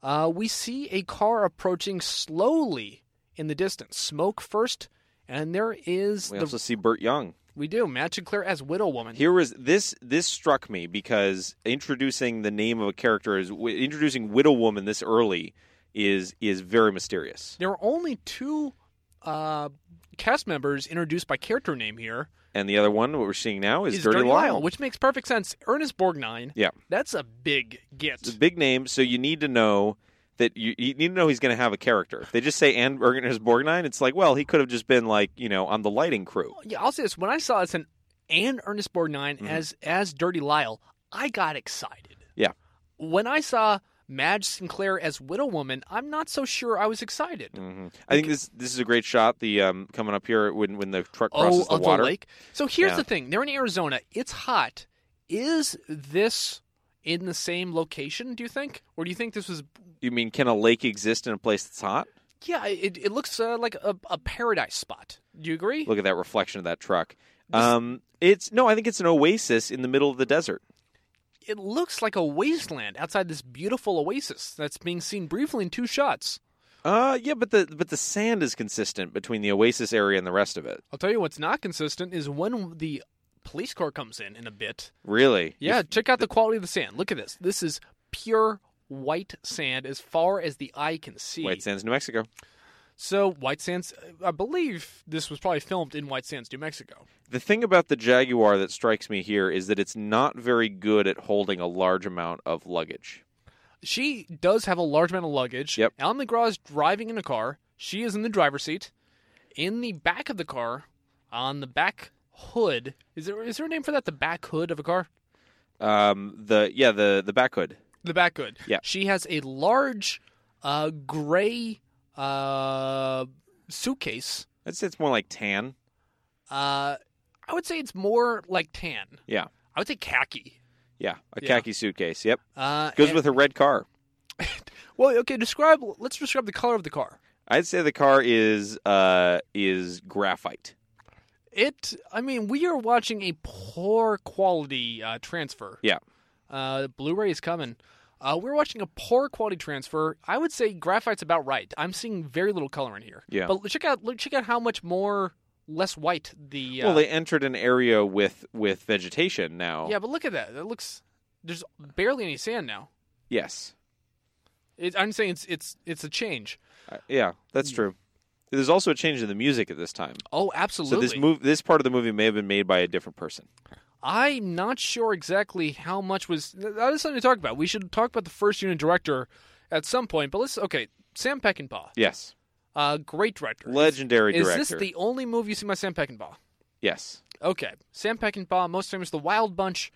S4: Uh, we see a car approaching slowly in the distance. Smoke first, and there is
S5: We
S4: the
S5: also see Burt Young.
S4: we do Magic Claire as Widow Woman.
S5: Here was this. This struck me because introducing the name of a character is wi- introducing Widow Woman this early is is very mysterious.
S4: There are only two uh, cast members introduced by character name here.
S5: And the other one, what we're seeing now, is,
S4: is Dirty, Lyle, which makes perfect sense. Ernest Borgnine.
S5: Yeah.
S4: That's a big get.
S5: It's a big name, so you need to know that you, you need to know he's going to have a character. If they just say and Ernest Borgnine, it's like, well, he could have just been like, you know, on the lighting crew.
S4: yeah, I'll say this. When I saw this and, and Ernest Borgnine
S5: Mm-hmm.
S4: as as Dirty Lyle, I got excited.
S5: Yeah.
S4: When I saw Madge Sinclair as Widow Woman, I'm not so sure I was excited.
S5: hmm I think this this is a great shot. The um, coming up here when when the truck
S4: Oh,
S5: crosses the
S4: of
S5: water.
S4: the lake. So here's
S5: Yeah.
S4: the thing: they're in Arizona. It's hot. Is this in the same location? Do you think, or do you think this was
S5: You mean can a lake exist in a place that's hot?
S4: Yeah, it, it looks uh, like a, a paradise spot. Do you agree?
S5: Look at that reflection of that truck. Um, it's no, I think it's an oasis in the middle of the desert.
S4: It looks like a wasteland outside this beautiful oasis that's being seen briefly in two shots.
S5: Uh, yeah, but the but the sand is consistent between the oasis area and the rest of it.
S4: I'll tell you what's not consistent is when the police car comes in in a bit.
S5: Really?
S4: Yeah, check out the quality of the sand. Look at this. This is pure white sand as far as the eye can see.
S5: White Sands, New Mexico.
S4: So White Sands, I believe this was probably filmed in White Sands, New Mexico.
S5: The thing about the Jaguar that strikes me here is that it's not very good at holding a large amount of luggage.
S4: She does have a large amount of luggage.
S5: Yep.
S4: Alan McGraw is driving in a car. She is in the driver's seat. In the back of the car, on the back hood, is there is there a name for that? The back hood of a car?
S5: Um, the yeah, the the back hood.
S4: The back good.
S5: Yeah.
S4: She has a large uh, gray uh, suitcase.
S5: I'd say it's more like tan.
S4: Uh, I would say it's more like tan.
S5: Yeah.
S4: I would say khaki.
S5: Yeah. A
S4: Yeah.
S5: khaki suitcase. Yep.
S4: Uh,
S5: Goes
S4: and-
S5: with a red car.
S4: well, okay. Describe. Let's describe the color of the car.
S5: I'd say the car is uh is graphite.
S4: It. I mean, we are watching a poor quality uh, transfer.
S5: Yeah.
S4: Uh, Blu-ray is coming. Uh, we're watching a poor quality transfer. I would say graphite's about right. I'm seeing very little color in here.
S5: Yeah.
S4: But check out look, check out how much more less white the. Uh,
S5: Well, they entered an area with with vegetation now.
S4: yeah, but look at that. That looks. There's barely any sand now.
S5: Yes.
S4: It, I'm saying it's it's it's a change.
S5: Uh, yeah,
S4: Mm.
S5: that's true. There's also a change in the music at this time.
S4: Oh, absolutely.
S5: So this move this part of the movie may have been made by a different person.
S4: I'm not sure exactly how much was. That is something to talk about. We should talk about the first unit director at some point. But let's okay. Sam Peckinpah,
S5: Yes.
S4: uh, great director.
S5: Legendary
S4: is
S5: director.
S4: this the only movie you see by Sam Peckinpah?
S5: Yes.
S4: Okay, Sam Peckinpah, most famous The Wild Bunch.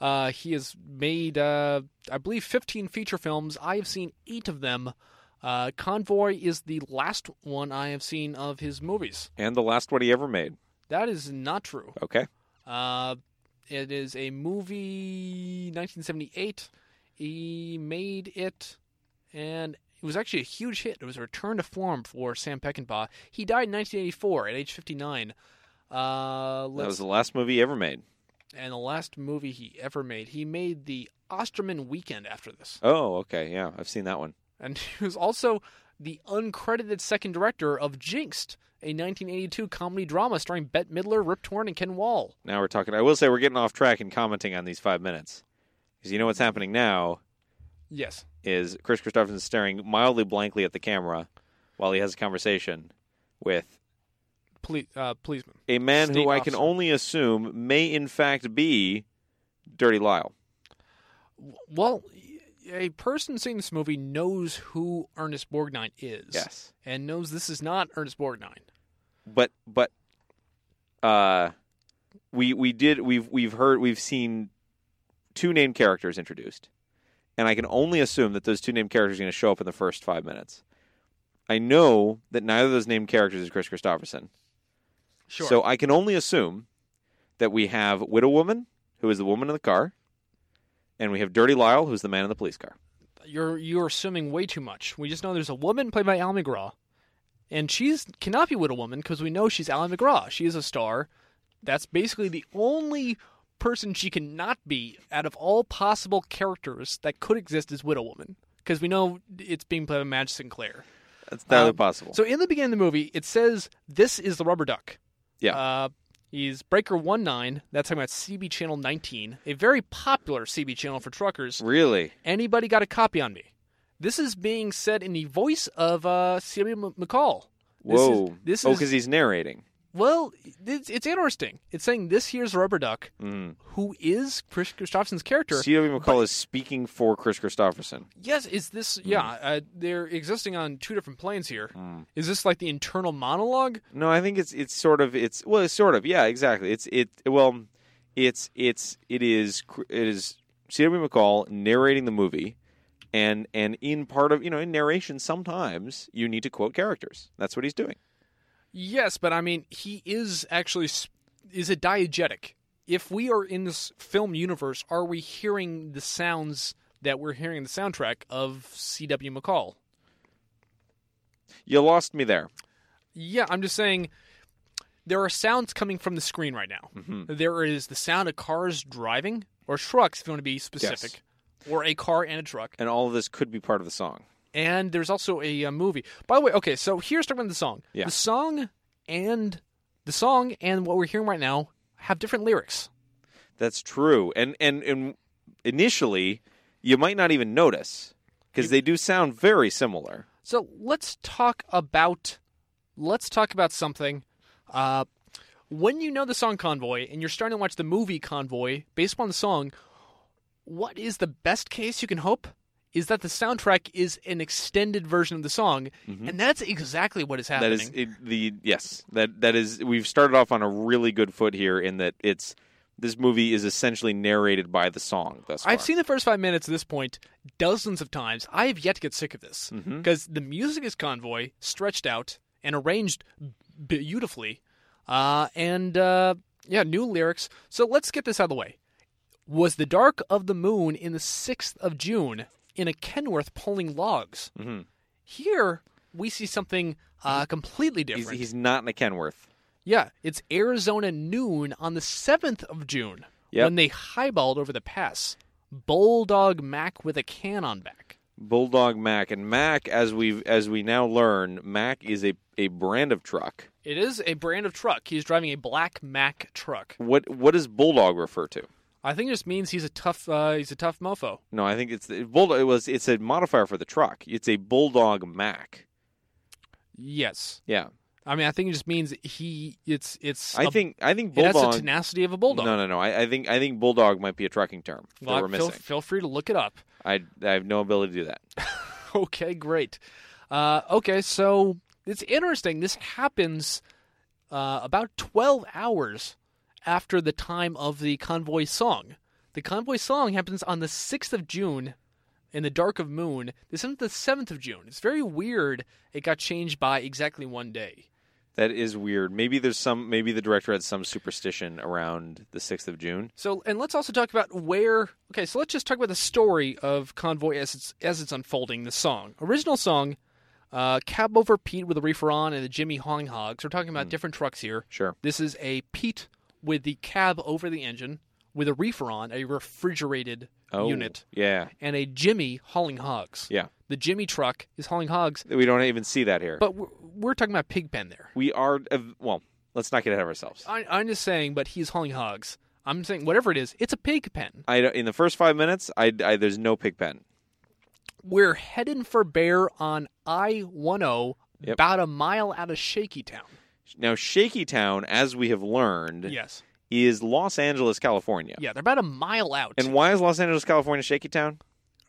S4: Uh, he has made, uh, I believe, 15 feature films. I have seen eight of them. Uh, Convoy is the last one I have seen of his movies.
S5: And the last one he ever made.
S4: That is not true.
S5: Okay.
S4: Uh, it is a movie, 1978. He made it, and it was actually a huge hit. It was a return to form for Sam Peckinpah. He died in 1984 at age 59. Uh,
S5: That was
S4: let's,
S5: the last movie he ever made.
S4: and the last movie he ever made. He made the Osterman Weekend after this,
S5: Oh, okay. Yeah, I've seen that one.
S4: and he was also the uncredited second director of Jinxed, a 1982 comedy drama starring Bette Midler, Rip Torn, and Ken Wall.
S5: Now we're talking. I will say we're getting off track and commenting on these five minutes because you know what's happening now
S4: Yes.
S5: is Chris Christopherson is staring mildly blankly at the camera while he has a conversation with
S4: Police, uh, policeman.
S5: a man
S4: State
S5: who I can
S4: officer.
S5: only assume may in fact be Dirty Lyle.
S4: Well, a person seeing this movie knows who Ernest Borgnine is.
S5: Yes,
S4: And knows this is not Ernest Borgnine.
S5: but but uh, we we did we've we've heard we've seen two named characters introduced, and I can only assume that those two named characters are going to show up in the first five minutes. I know that neither of those named characters is Chris Christopherson.
S4: Sure.
S5: So I can only assume that we have Widow Woman, who is the woman in the car, and we have Dirty Lyle, who's the man in the police car.
S4: you're you're assuming way too much. We just know there's a woman played by Al McGraw, and she's cannot be with a woman because we know she's Al McGraw. She is a star. That's basically the only person she cannot be out of all possible characters that could exist is Widow Woman because we know it's being played by Madge Sinclair.
S5: That's entirely
S4: Um,
S5: possible.
S4: So in the beginning of the movie, it says this is the rubber duck.
S5: Yeah.
S4: Uh, he's Breaker One Nine. That's talking about CB Channel 19, a very popular CB channel for truckers.
S5: really?
S4: Anybody got a copy on me? This is being said in the voice of uh, Celia M- McCall. This
S5: Whoa.
S4: Is, this
S5: oh,
S4: is
S5: because he's narrating.
S4: well, it's, it's interesting. It's saying this here's Rubber Duck,
S5: Hmm.
S4: who is Chris Christopherson's character.
S5: C.W. McCall is speaking for Chris Christopherson.
S4: yes, is this?
S5: Hmm.
S4: Yeah, uh, they're existing on two different planes here. Is
S5: Hmm.
S4: this like the internal monologue?
S5: No, I think it's it's sort of it's well, it's sort of yeah, exactly. It's it well, it's it's it is cr- it is C.W. McCall narrating the movie, and and in part of you know in narration sometimes you need to quote characters. That's what he's doing.
S4: Yes, but I mean, he is actually s- is it diegetic? If we are in this film universe, are we hearing the sounds that we're hearing in the soundtrack of C.W. McCall?
S5: You lost me there.
S4: Yeah, I'm just saying there are sounds coming from the screen right now. There is the sound of cars driving or trucks, if you want to be specific, or a car and a truck.
S5: And all of this could be part of the song.
S4: And there's also a, uh movie. By the way, okay, so here's talking about the song.
S5: Yeah.
S4: The song and the song and what we're hearing right now have different lyrics.
S5: That's true. And and and initially, you might not even notice because they do sound very similar.
S4: So let's talk about let's talk about something. Uh, when you know the song Convoy and you're starting to watch the movie Convoy based upon the song, what is the best case you can hope is that the soundtrack is an extended version of the song, and that's exactly what is happening.
S5: That is it, the yes. That that is. We've started off on a really good foot here in that it's this movie is essentially narrated by the song thus far.
S4: I've seen the first five minutes at this point dozens of times. I have yet to get sick of this
S5: Mm-hmm.
S4: because the music is convoy stretched out and arranged beautifully, uh, and uh, yeah, new lyrics. So let's get this out of the way. Was the dark of the moon in the sixth of June in a Kenworth pulling logs?
S5: Mm-hmm.
S4: Here we see something uh, completely
S5: he's,
S4: different.
S5: he's not in a Kenworth.
S4: Yeah, it's Arizona noon on the 7th of June
S5: Yep.
S4: when they highballed over the pass. Bulldog Mac with a can on back.
S5: Bulldog Mac and Mac, as we as we now learn, Mac is a, a brand of truck.
S4: It is a brand of truck. He's driving a black Mac truck.
S5: What what does Bulldog refer to?
S4: I think it just means he's a tough uh, he's a tough mofo.
S5: No, I think it's the, Bulldog. It was it's a modifier for the truck. It's a Bulldog Mac.
S4: Yes.
S5: Yeah,
S4: I mean I think it just means he it's it's
S5: I
S4: a-
S5: think I think
S4: it has the
S5: Bulldog.
S4: tenacity of a bulldog.
S5: No, no, no. I, I think I think Bulldog might be a trucking term that
S4: Well,
S5: we're
S4: feel,
S5: missing.
S4: feel free to look it up.
S5: I I have no ability to do that.
S4: okay, great. Uh, okay, so it's interesting. This happens uh, about 12 hours after the time of the convoy song. The convoy song happens on the 6th of June in the dark of moon. This isn't the 7th of June. It's very weird. It got changed by exactly one day.
S5: That is weird. Maybe there's some. Maybe the director had some superstition around the sixth of June.
S4: So, and let's also talk about where. Okay, so let's just talk about the story of Convoy as it's as it's unfolding. The song, original song, uh, cab over Pete with the reefer on and the Jimmy Hong Hogs. We're talking about different trucks here.
S5: Hmm. Sure.
S4: This is a Pete with the cab over the engine with a reefer on, a refrigerated
S5: Oh,
S4: unit,
S5: Yeah,
S4: and a Jimmy hauling hogs.
S5: yeah.
S4: The Jimmy truck is hauling hogs,
S5: We don't even see that here.
S4: but we're, we're talking about Pigpen there.
S5: we are. ev- Well, let's not get ahead of ourselves.
S4: I, I'm just saying, but he's hauling hogs. I'm saying whatever it is, it's a pig pen.
S5: I don't- in the first five minutes, I, I there's no pig pen.
S4: we're heading for bear on I 10,
S5: Yep.
S4: about a mile out of Shaky Town.
S5: Now, Shaky Town, as we have learned,
S4: Yes.
S5: is Los Angeles, California.
S4: Yeah, they're about a mile out.
S5: And why is Los Angeles, California, Shaky Town?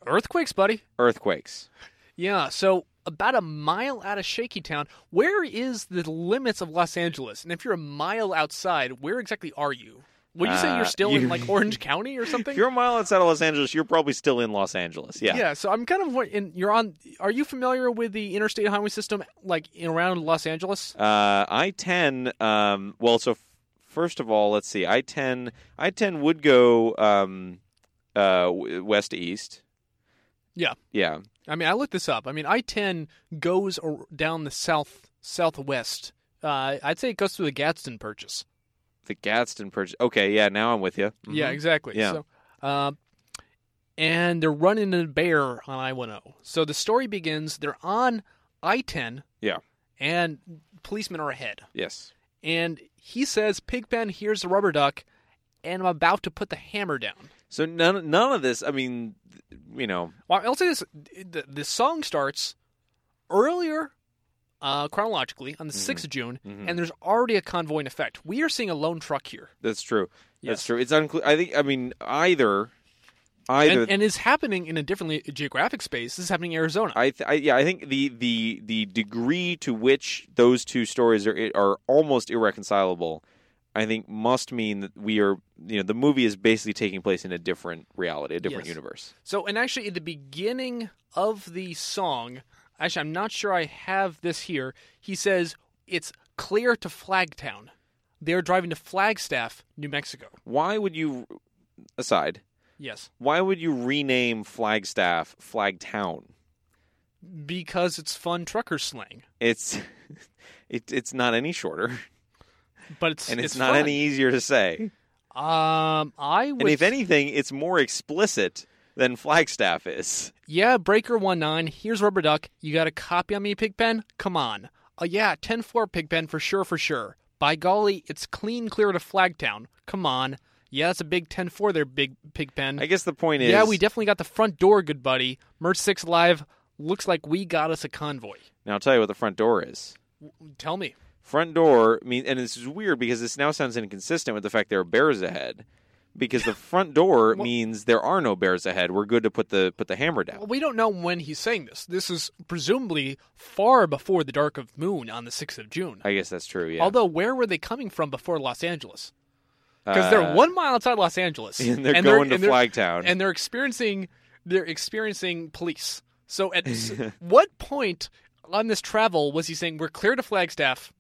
S4: earthquakes, buddy.
S5: Earthquakes.
S4: Yeah, so about a mile out of Shaky Town. Where is the limits of Los Angeles? And if you're a mile outside, where exactly are you? Would you say
S5: Uh,
S4: you're still
S5: you-
S4: in like Orange County or something?
S5: If you're a mile outside of Los Angeles, you're probably still in Los Angeles. Yeah.
S4: Yeah, so I'm kind of wa- in you're on are you familiar with the interstate highway system like in around Los Angeles?
S5: Uh, I ten. Um, well, so f- first of all, let's see. I ten. I ten would go um, uh, w- west to east.
S4: Yeah.
S5: Yeah.
S4: I mean, I looked this up. I mean, I ten goes ar- down the south southwest. Uh, I'd say it goes through the Gadsden Purchase.
S5: The Gadsden purchase. Okay. Yeah. Now I'm with you. Mhm.
S4: Yeah, exactly.
S5: Yeah.
S4: So, uh, and they're running a bear on I one zero. So the story begins. They're on I ten.
S5: Yeah.
S4: And policemen are ahead.
S5: Yes.
S4: And he says, "Pigpen, here's the rubber duck, and I'm about to put the hammer down."
S5: So none none of this. I mean, th- you know,
S4: Well, I'll say this: the, the song starts earlier uh, chronologically on the sixth of
S5: Mm-hmm.
S4: June, and there's already a convoy in effect. We are seeing a lone truck here,
S5: that's true. That's
S4: Yes.
S5: true. It's unclear. I think. I mean, either, either.
S4: and, and is happening in a different le- geographic space. This is happening in Arizona.
S5: I, th- I yeah, I think the, the the degree to which those two stories are are almost irreconcilable, I think must mean that we are you know the movie is basically taking place in a different reality, a different
S4: Yes.
S5: universe.
S4: so, and actually, at the beginning of the song, actually, I'm not sure I have this here. He says it's clear to Flagtown. They're driving to Flagstaff, New Mexico.
S5: Why would you aside?
S4: Yes,
S5: Why would you rename Flagstaff Flagtown?
S4: because it's fun trucker slang,
S5: It's it, it's not any shorter
S4: but it's
S5: and it's,
S4: it's
S5: not
S4: fun.
S5: any easier to say.
S4: Um, I would
S5: And if anything, it's more explicit than Flagstaff is.
S4: Yeah, Breaker one nine. Here's Rubber Duck. You got a copy on me, Pigpen? Come on. Uh, yeah, 10 4 Pigpen for sure, for sure. By golly, it's clean clear to Flagtown. Come on. Yeah, that's a big 10 4 there, big Pigpen.
S5: I guess the point is
S4: yeah, we definitely got the front door, good buddy. Merch 6 Live looks like we got us a convoy.
S5: now I'll tell you what the front door is.
S4: Tell me.
S5: front door mean and this is weird because this now sounds inconsistent with the fact there are bears ahead because the front door means there are no bears ahead we're good to put the put the hammer down
S4: Well, we don't know when he's saying this. This is presumably far before the dark of moon on the 6th of June.
S5: i guess that's true yeah
S4: Although, where were they coming from before Los Angeles? because
S5: Uh,
S4: they're one mile outside Los Angeles,
S5: and they're going to
S4: and they're-
S5: Flagtown.
S4: and they're experiencing they're experiencing police. So at s- what point on this travel was he saying we're clear to Flagstaff,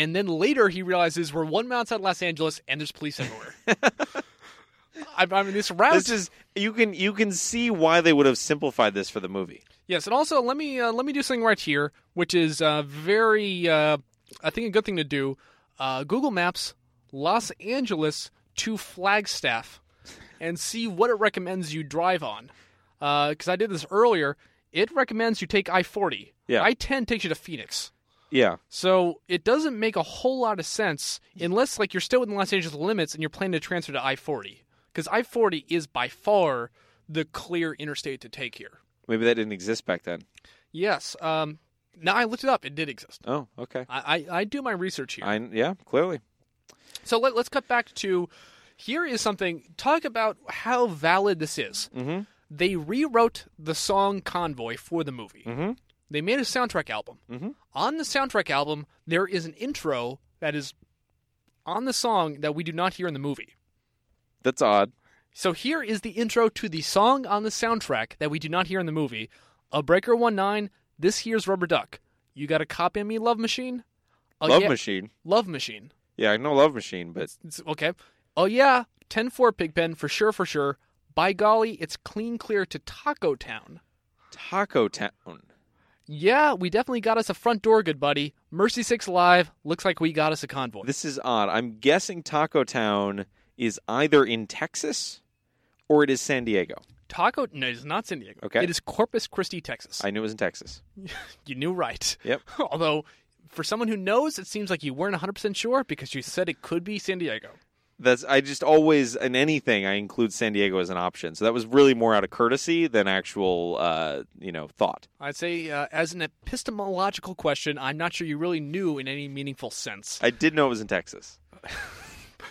S4: and then later he realizes we're one mile outside Los Angeles and there's police everywhere. I, I mean, this route.
S5: this is you can you can see why they would have simplified this for the movie.
S4: Yes, and also let me uh, let me do something right here, which is uh, very uh, I think a good thing to do. Uh, Google Maps Los Angeles to Flagstaff, and see what it recommends you drive on. Because I did this earlier, it recommends you take I forty.
S5: Yeah.
S4: I ten takes you to Phoenix.
S5: Yeah,
S4: So it doesn't make a whole lot of sense unless like you're still within Los Angeles limits and you're planning to transfer to I forty because I forty is by far the clear interstate to take here.
S5: maybe that didn't exist back then.
S4: Yes. Um, now I looked it up. It did exist.
S5: Oh, okay.
S4: I, I, I do my research here.
S5: I yeah, clearly.
S4: So let, let's cut back to here is something. Talk about how valid this is. Mm-hmm. They rewrote the song Convoy for the movie. Mm-hmm. They made a soundtrack album. Mm-hmm. On the soundtrack album, there is an intro that is on the song that we do not hear in the movie.
S5: That's odd.
S4: So here is the intro to the song on the soundtrack that we do not hear in the movie. A Breaker 19, this year's Rubber Duck. You got a copy of me, Love Machine? Oh,
S5: Love
S4: yeah-
S5: Machine.
S4: Love Machine.
S5: Yeah, no Love Machine, but
S4: It's- okay. Oh, yeah. 10 4 Pigpen, for sure, for sure. By golly, it's clean clear to Taco Town.
S5: Taco Town.
S4: Yeah, we definitely got us a front door, good buddy. Mercy 6 Live, looks like we got us a convoy.
S5: This is odd. I'm guessing Taco Town is either in Texas or it is San Diego.
S4: Taco, no, it is not San Diego.
S5: Okay.
S4: It is Corpus Christi, Texas.
S5: I knew it was in Texas.
S4: You knew right.
S5: Yep.
S4: Although, for someone who knows, it seems like you weren't 100% sure because you said it could be San Diego.
S5: That's I just always in anything I include San Diego as an option. So that was really more out of courtesy than actual uh, you know thought.
S4: I'd say, uh, as an epistemological question, I'm not sure you really knew in any meaningful sense,
S5: I did know it was in Texas,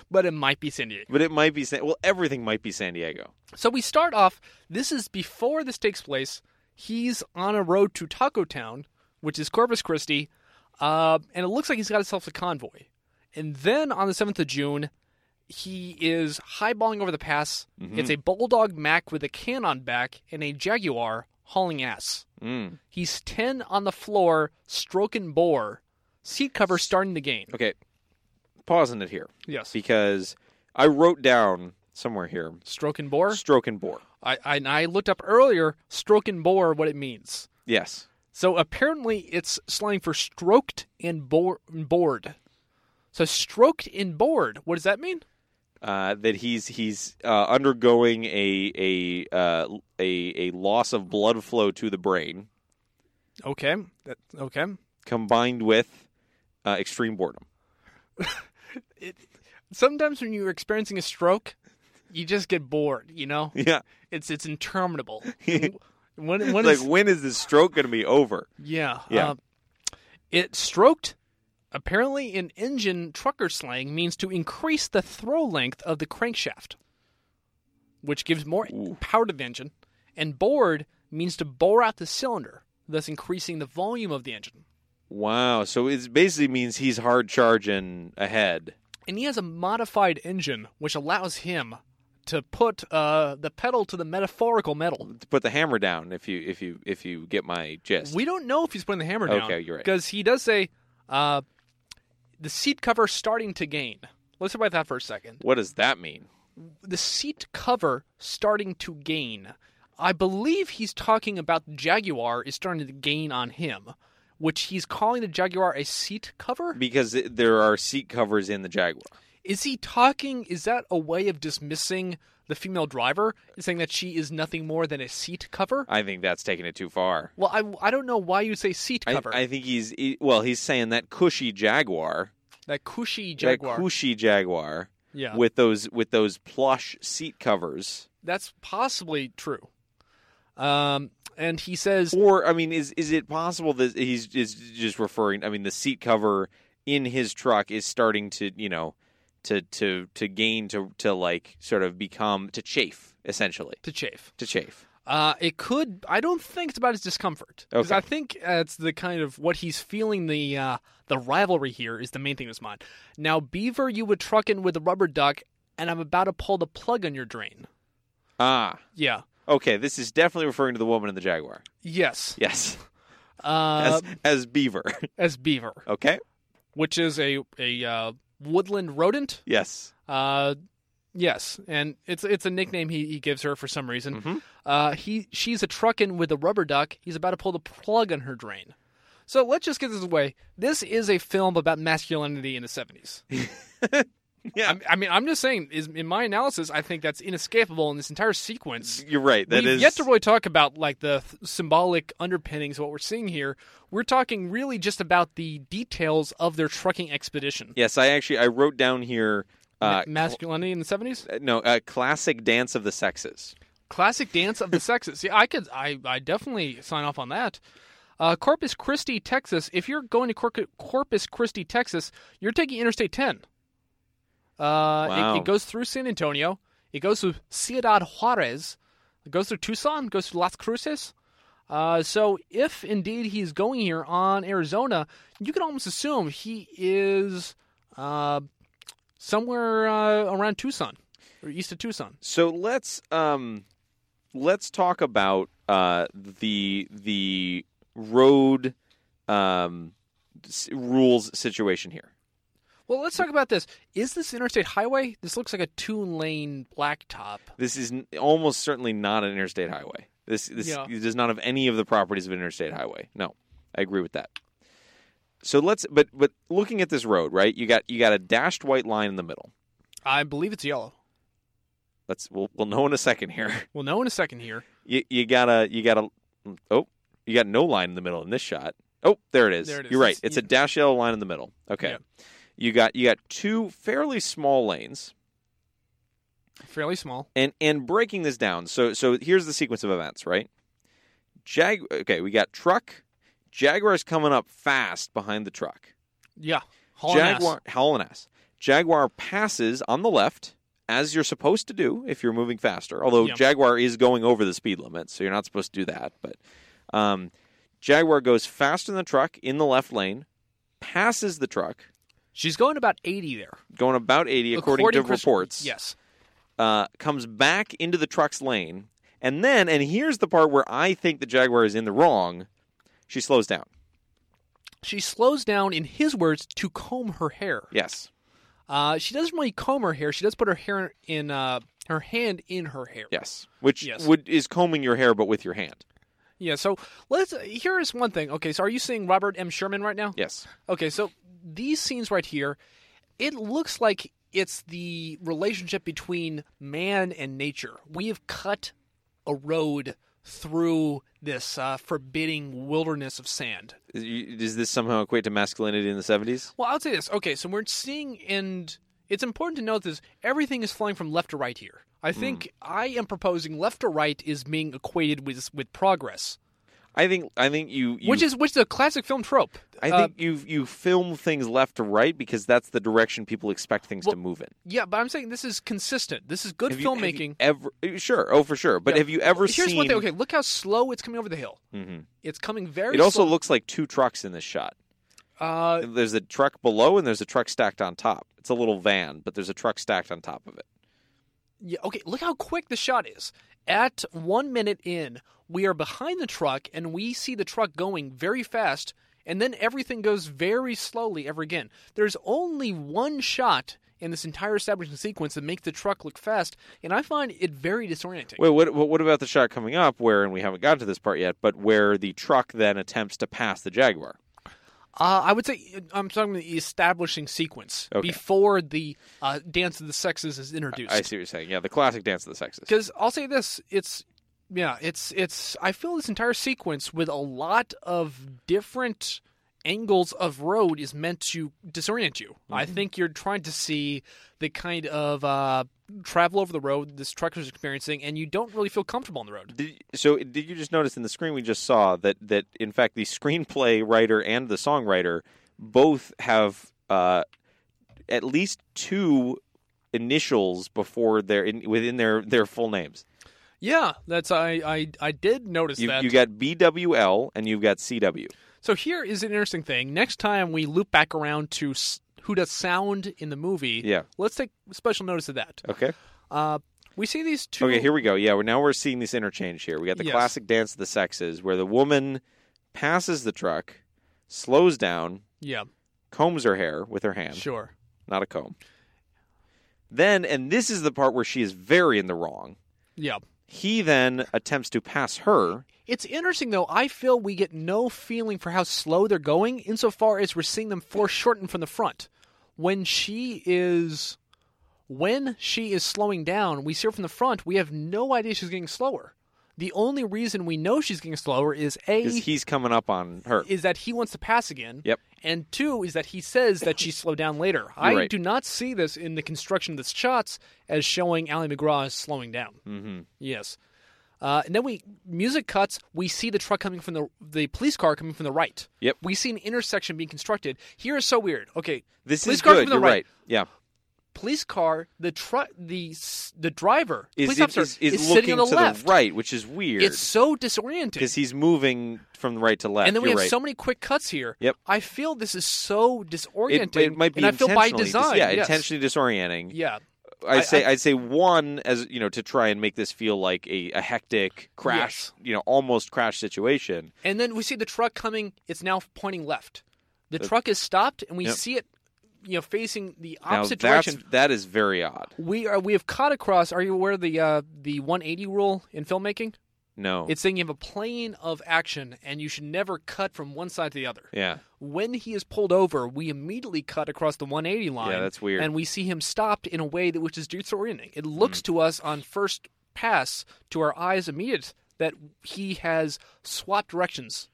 S4: but it might be San Diego.
S5: but it might be San. Well, everything might be San Diego.
S4: So we start off, this is before this takes place. He's on a road to Taco Town, which is Corpus Christi, uh, and it looks like he's got himself a convoy. And then on the 7th of June, he is highballing over the pass. It's a Bulldog Mac with a can on back and a Jaguar hauling ass.
S5: Mm.
S4: He's 10 on the floor, stroking bore, seat cover starting the game.
S5: Okay, pausing it here
S4: Yes.
S5: because I wrote down somewhere here
S4: Stroke and bore.
S5: stroke and bore.
S4: I, I, and I looked up earlier, stroke and bore, what it means.
S5: Yes,
S4: So apparently it's slang for stroked and bor- bored. So stroked and bored, what does that mean?
S5: uh, that he's he's uh, undergoing a a, uh, a a loss of blood flow to the brain
S4: Okay. That, okay.
S5: combined with uh, extreme boredom.
S4: Sometimes when you're experiencing a stroke, you just get bored, you know?
S5: Yeah,
S4: It's it's interminable. And when when
S5: like
S4: is-
S5: when is this stroke going to be over?
S4: yeah.
S5: Yeah.
S4: uh, it stroked apparently in engine trucker slang means to increase the throw length of the crankshaft, which gives more power to the engine, and bored means to bore out the cylinder, thus increasing the volume of the engine.
S5: Wow. So it basically means he's hard charging ahead.
S4: And he has a modified engine which allows him to put uh, the pedal to the metaphorical metal.
S5: To put the hammer down, if you if you if you get my gist.
S4: We don't know if he's putting the hammer down.
S5: Okay, you're right.
S4: Because he does say uh, the seat cover starting to gain. Let's talk about that for a second.
S5: what does that mean?
S4: The seat cover starting to gain. I believe he's talking about the Jaguar is starting to gain on him, which he's calling the Jaguar a seat cover.
S5: Because it- there are seat covers in the Jaguar.
S4: Is he talking? Is that a way of dismissing the female driver and saying that she is nothing more than a seat cover?
S5: I think that's taking it too far.
S4: Well, I, I don't know why you say seat
S5: I,
S4: cover.
S5: I think he's he- well. He's saying that cushy Jaguar,
S4: that cushy Jaguar.
S5: that cushy Jaguar,
S4: yeah.
S5: with those with those plush seat covers.
S4: That's possibly true. Um, and he says,
S5: Or I mean, is is it possible that he's is just referring? I mean, the seat cover in his truck is starting to you know to to to gain to to like sort of become to chafe essentially
S4: to chafe.
S5: to chafe.
S4: Uh, it could. I don't think it's about his discomfort because
S5: Okay.
S4: I think uh, it's the kind of what he's feeling. The uh, the rivalry here is the main thing in his mind. Now, Beaver, you would truck in with a rubber duck and I'm about to pull the plug on your drain.
S5: Ah,
S4: Yeah.
S5: okay. This is definitely referring to the woman in the Jaguar.
S4: Yes.
S5: Yes,
S4: Uh,
S5: as, as Beaver.
S4: as beaver,
S5: okay.
S4: which is a a uh, woodland rodent.
S5: Yes.
S4: Uh, yes, and it's it's a nickname he, he gives her for some reason.
S5: Mm-hmm.
S4: Uh, he she's a truckin' with a rubber duck. He's about to pull the plug on her drain. So let's just get this away. This is a film about masculinity in the seventies.
S5: Yeah.
S4: I, I mean, I'm just saying. Is in my analysis, I think that's inescapable in this entire sequence.
S5: You're right. That is
S4: We've yet to really talk about like the th- symbolic underpinnings of what we're seeing here. We're talking really just about the details of their trucking expedition.
S5: Yes, I actually I wrote down here. Uh,
S4: Masculinity in the seventies.
S5: cl- no, uh, classic dance of the sexes.
S4: Classic dance of the sexes. Yeah, I could, I, I definitely sign off on that. Uh, Corpus Christi, Texas. If you're going to Cor- Corpus Christi, Texas, you're taking Interstate 10. Uh,
S5: Wow.
S4: it, it goes through San Antonio. It goes through Ciudad Juarez. It goes through Tucson. Goes through Las Cruces. Uh, so if indeed he's going here on Arizona, you can almost assume he is uh, somewhere uh, around Tucson or east of Tucson.
S5: So let's um, let's talk about uh, the the road um, s- rules situation here.
S4: Well, let's talk about this. Is this interstate highway? This looks like a two-lane blacktop.
S5: This is n- almost certainly not an interstate highway. This this
S4: Yeah.
S5: it does not have any of the properties of an interstate highway. No, I agree with that. So let's but but looking at this road, right? You got you got a dashed white line in the middle.
S4: I believe it's yellow.
S5: Let's we'll, we'll know in a second here.
S4: We'll know in a second here.
S5: you, you gotta you gotta oh you got no line in the middle in this shot oh there it is,
S4: There it is.
S5: you're right it's,
S4: It's-
S5: a dash yellow line in the middle okay
S4: Yeah.
S5: you got you got two fairly small lanes
S4: Fairly small.
S5: and and breaking this down so so here's the sequence of events right jag okay we got truck jaguar's coming up fast behind the truck
S4: Yeah. Hauling ass.
S5: jaguar hauling ass jaguar passes on the left as you're supposed to do if you're moving faster although
S4: Yeah.
S5: jaguar is going over the speed limit so you're not supposed to do that but Um, Jaguar goes faster than the truck in the left lane, passes the truck,
S4: She's going about 80 there.
S5: going about 80 according, to
S4: Chris-
S5: reports.
S4: Yes.
S5: Uh, comes back into the truck's lane, and then, and here's the part where I think the Jaguar is in the wrong, she slows down.
S4: She slows down, in his words, to comb her hair.
S5: Yes.
S4: Uh, she doesn't really comb her hair. She does put her hair in uh, her hand in her hair.
S5: Yes. Which
S4: Yes.
S5: would is combing your hair but with your hand.
S4: Yeah. So let's. uh, Here is one thing. Okay. So are you seeing Robert M. Sherman right now?
S5: Yes.
S4: Okay, so these scenes right here, it looks like it's the relationship between man and nature. We have cut a road through this uh, forbidding wilderness of sand.
S5: Is- you- Does this somehow equate to masculinity in the 70s?
S4: Well, I'll say this. Okay, so we're seeing, and it's important to note this everything is flying from left to right here. I
S5: Hmm.
S4: think I am proposing left to right is being equated with with progress,
S5: I think I think you, you
S4: which is which is a classic film trope.
S5: I
S4: Uh,
S5: think you you film things left to right because that's the direction people expect things
S4: Well,
S5: to move in.
S4: yeah, but I'm saying this is consistent. This is good
S5: Have you- have
S4: filmmaking.
S5: you ever sure? Oh, for sure. But
S4: Yeah.
S5: have you ever
S4: Here's
S5: seen?
S4: one thing. Okay, look how slow it's coming over the hill.
S5: Mhm.
S4: It's coming very.
S5: It also
S4: slow.
S5: looks like two trucks in this shot.
S4: Uh,
S5: There's a truck below and there's a truck stacked on top. It's a little van, but there's a truck stacked on top of it.
S4: yeah, okay, look how quick the shot is. At one minute in, we are behind the truck and we see the truck going very fast, and then everything goes very slowly ever again. There's only one shot in this entire establishing sequence that makes the truck look fast, and I find it very disorienting.
S5: Wait, what? What what about the shot coming up where, and we haven't gotten to this part yet, but where the truck then attempts to pass the Jaguar?
S4: Uh, I would say I'm talking about the establishing sequence
S5: Okay.
S4: before the uh, dance of the sexes is introduced.
S5: I see what you're saying. Yeah, the classic dance of the sexes.
S4: because I'll say this: it's yeah, it's it's. I feel this entire sequence with a lot of different angles of road is meant to disorient you. I
S5: Mm-hmm.
S4: think you're trying to see the kind of uh, travel over the road this trucker's experiencing, and you don't really feel comfortable on the road.
S5: Did, so did you just notice in the screen we just saw that that in fact the screenplay writer and the songwriter both have uh, at least two initials before their in, within their their full names.
S4: Yeah, that's I I, I did notice
S5: You,
S4: that.
S5: you got BWL and you've got CW.
S4: so here is an interesting thing. Next time we loop back around to s- who does sound in the movie.
S5: Yeah.
S4: Let's take special notice of that.
S5: Okay.
S4: Uh, we see these two.
S5: Okay, here we go. Yeah, we're now we're seeing this interchange here. We got the
S4: Yes.
S5: classic dance of the sexes where the woman passes the truck, slows down,
S4: Yeah,
S5: combs her hair with her hand,
S4: sure.
S5: not a comb. Then and this is the part where she is very in the wrong.
S4: Yeah.
S5: He then attempts to pass her.
S4: It's interesting, though. I feel we get no feeling for how slow they're going insofar as we're seeing them foreshortened from the front. When she is. When she is slowing down, we see her from the front. We have no idea she's getting slower. The only reason we know she's getting slower is A,
S5: 'cause he's coming up on her.
S4: is that he wants to pass again.
S5: Yep.
S4: And two is that he says that she slowed down later. I
S5: right.
S4: do not see this in the construction of the shots as showing Ally McGraw is slowing down. Mm-hmm. Yes. Uh, and then we music cuts. We see the truck coming from the the police car coming from the right.
S5: Yep.
S4: We see an intersection being constructed. Here is so weird. Okay.
S5: This
S4: police
S5: is
S4: car
S5: good.
S4: From the
S5: You're
S4: right.
S5: Yeah.
S4: Police car. The truck. The s- the driver.
S5: Is,
S4: police
S5: it,
S4: officer
S5: is, is
S4: sitting
S5: looking
S4: on the
S5: to
S4: left.
S5: the right, which is weird.
S4: It's so disorienting.
S5: because he's moving from right to left.
S4: and then we
S5: You're
S4: have
S5: right.
S4: so many quick cuts here.
S5: Yep.
S4: I feel this is so disorienting.
S5: it, it might be
S4: and I feel by
S5: intentionally dis-
S4: design.
S5: yeah,
S4: yes.
S5: intentionally disorienting.
S4: Yeah.
S5: I
S4: I-
S5: say I, would say one as you know to try and make this feel like a, a hectic crash,
S4: Yes.
S5: you know, almost crash situation.
S4: And then we see the truck coming. It's now pointing left. The truck is stopped, and we
S5: Yep.
S4: see it, you know, facing the
S5: Now
S4: opposite
S5: that's
S4: direction.
S5: that is very odd.
S4: We are we have caught across. Are you aware of the uh, the 180 rule in filmmaking?
S5: No,
S4: It's saying you have a plane of action, and you should never cut from one side to the other.
S5: yeah,
S4: When he is pulled over, we immediately cut across the 180 line.
S5: that's weird. Hmm.
S4: And we see him stopped in a way that which is disorienting. It looks to us on first pass to our eyes immediate that he has swapped directions,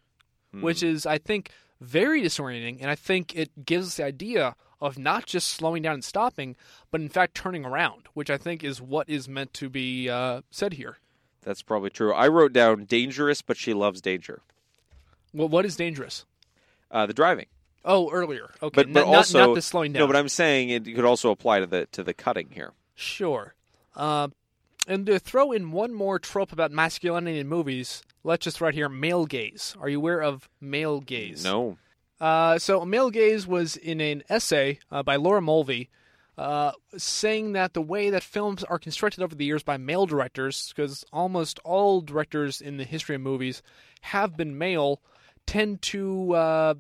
S5: Hmm.
S4: which is I think very disorienting. And I think it gives us the idea of not just slowing down and stopping, but in fact turning around, which I think is what is meant to be uh, said here.
S5: that's probably true. I wrote down dangerous, but she loves danger.
S4: Well, what is dangerous?
S5: Uh, the driving,
S4: Oh, earlier. Okay,
S5: but
S4: n-
S5: but
S4: not,
S5: also
S4: not the slowing down.
S5: No, but I'm saying it could also apply to the to the cutting here.
S4: Sure. Uh, and to throw in one more trope about masculinity in movies, let's just write here male gaze. Are you aware of male gaze?
S5: No,
S4: Uh, so, male gaze was in an essay uh, by Laura Mulvey. Uh, saying that the way that films are constructed over the years by male directors, because almost all directors in the history of movies have been male, tend to uh,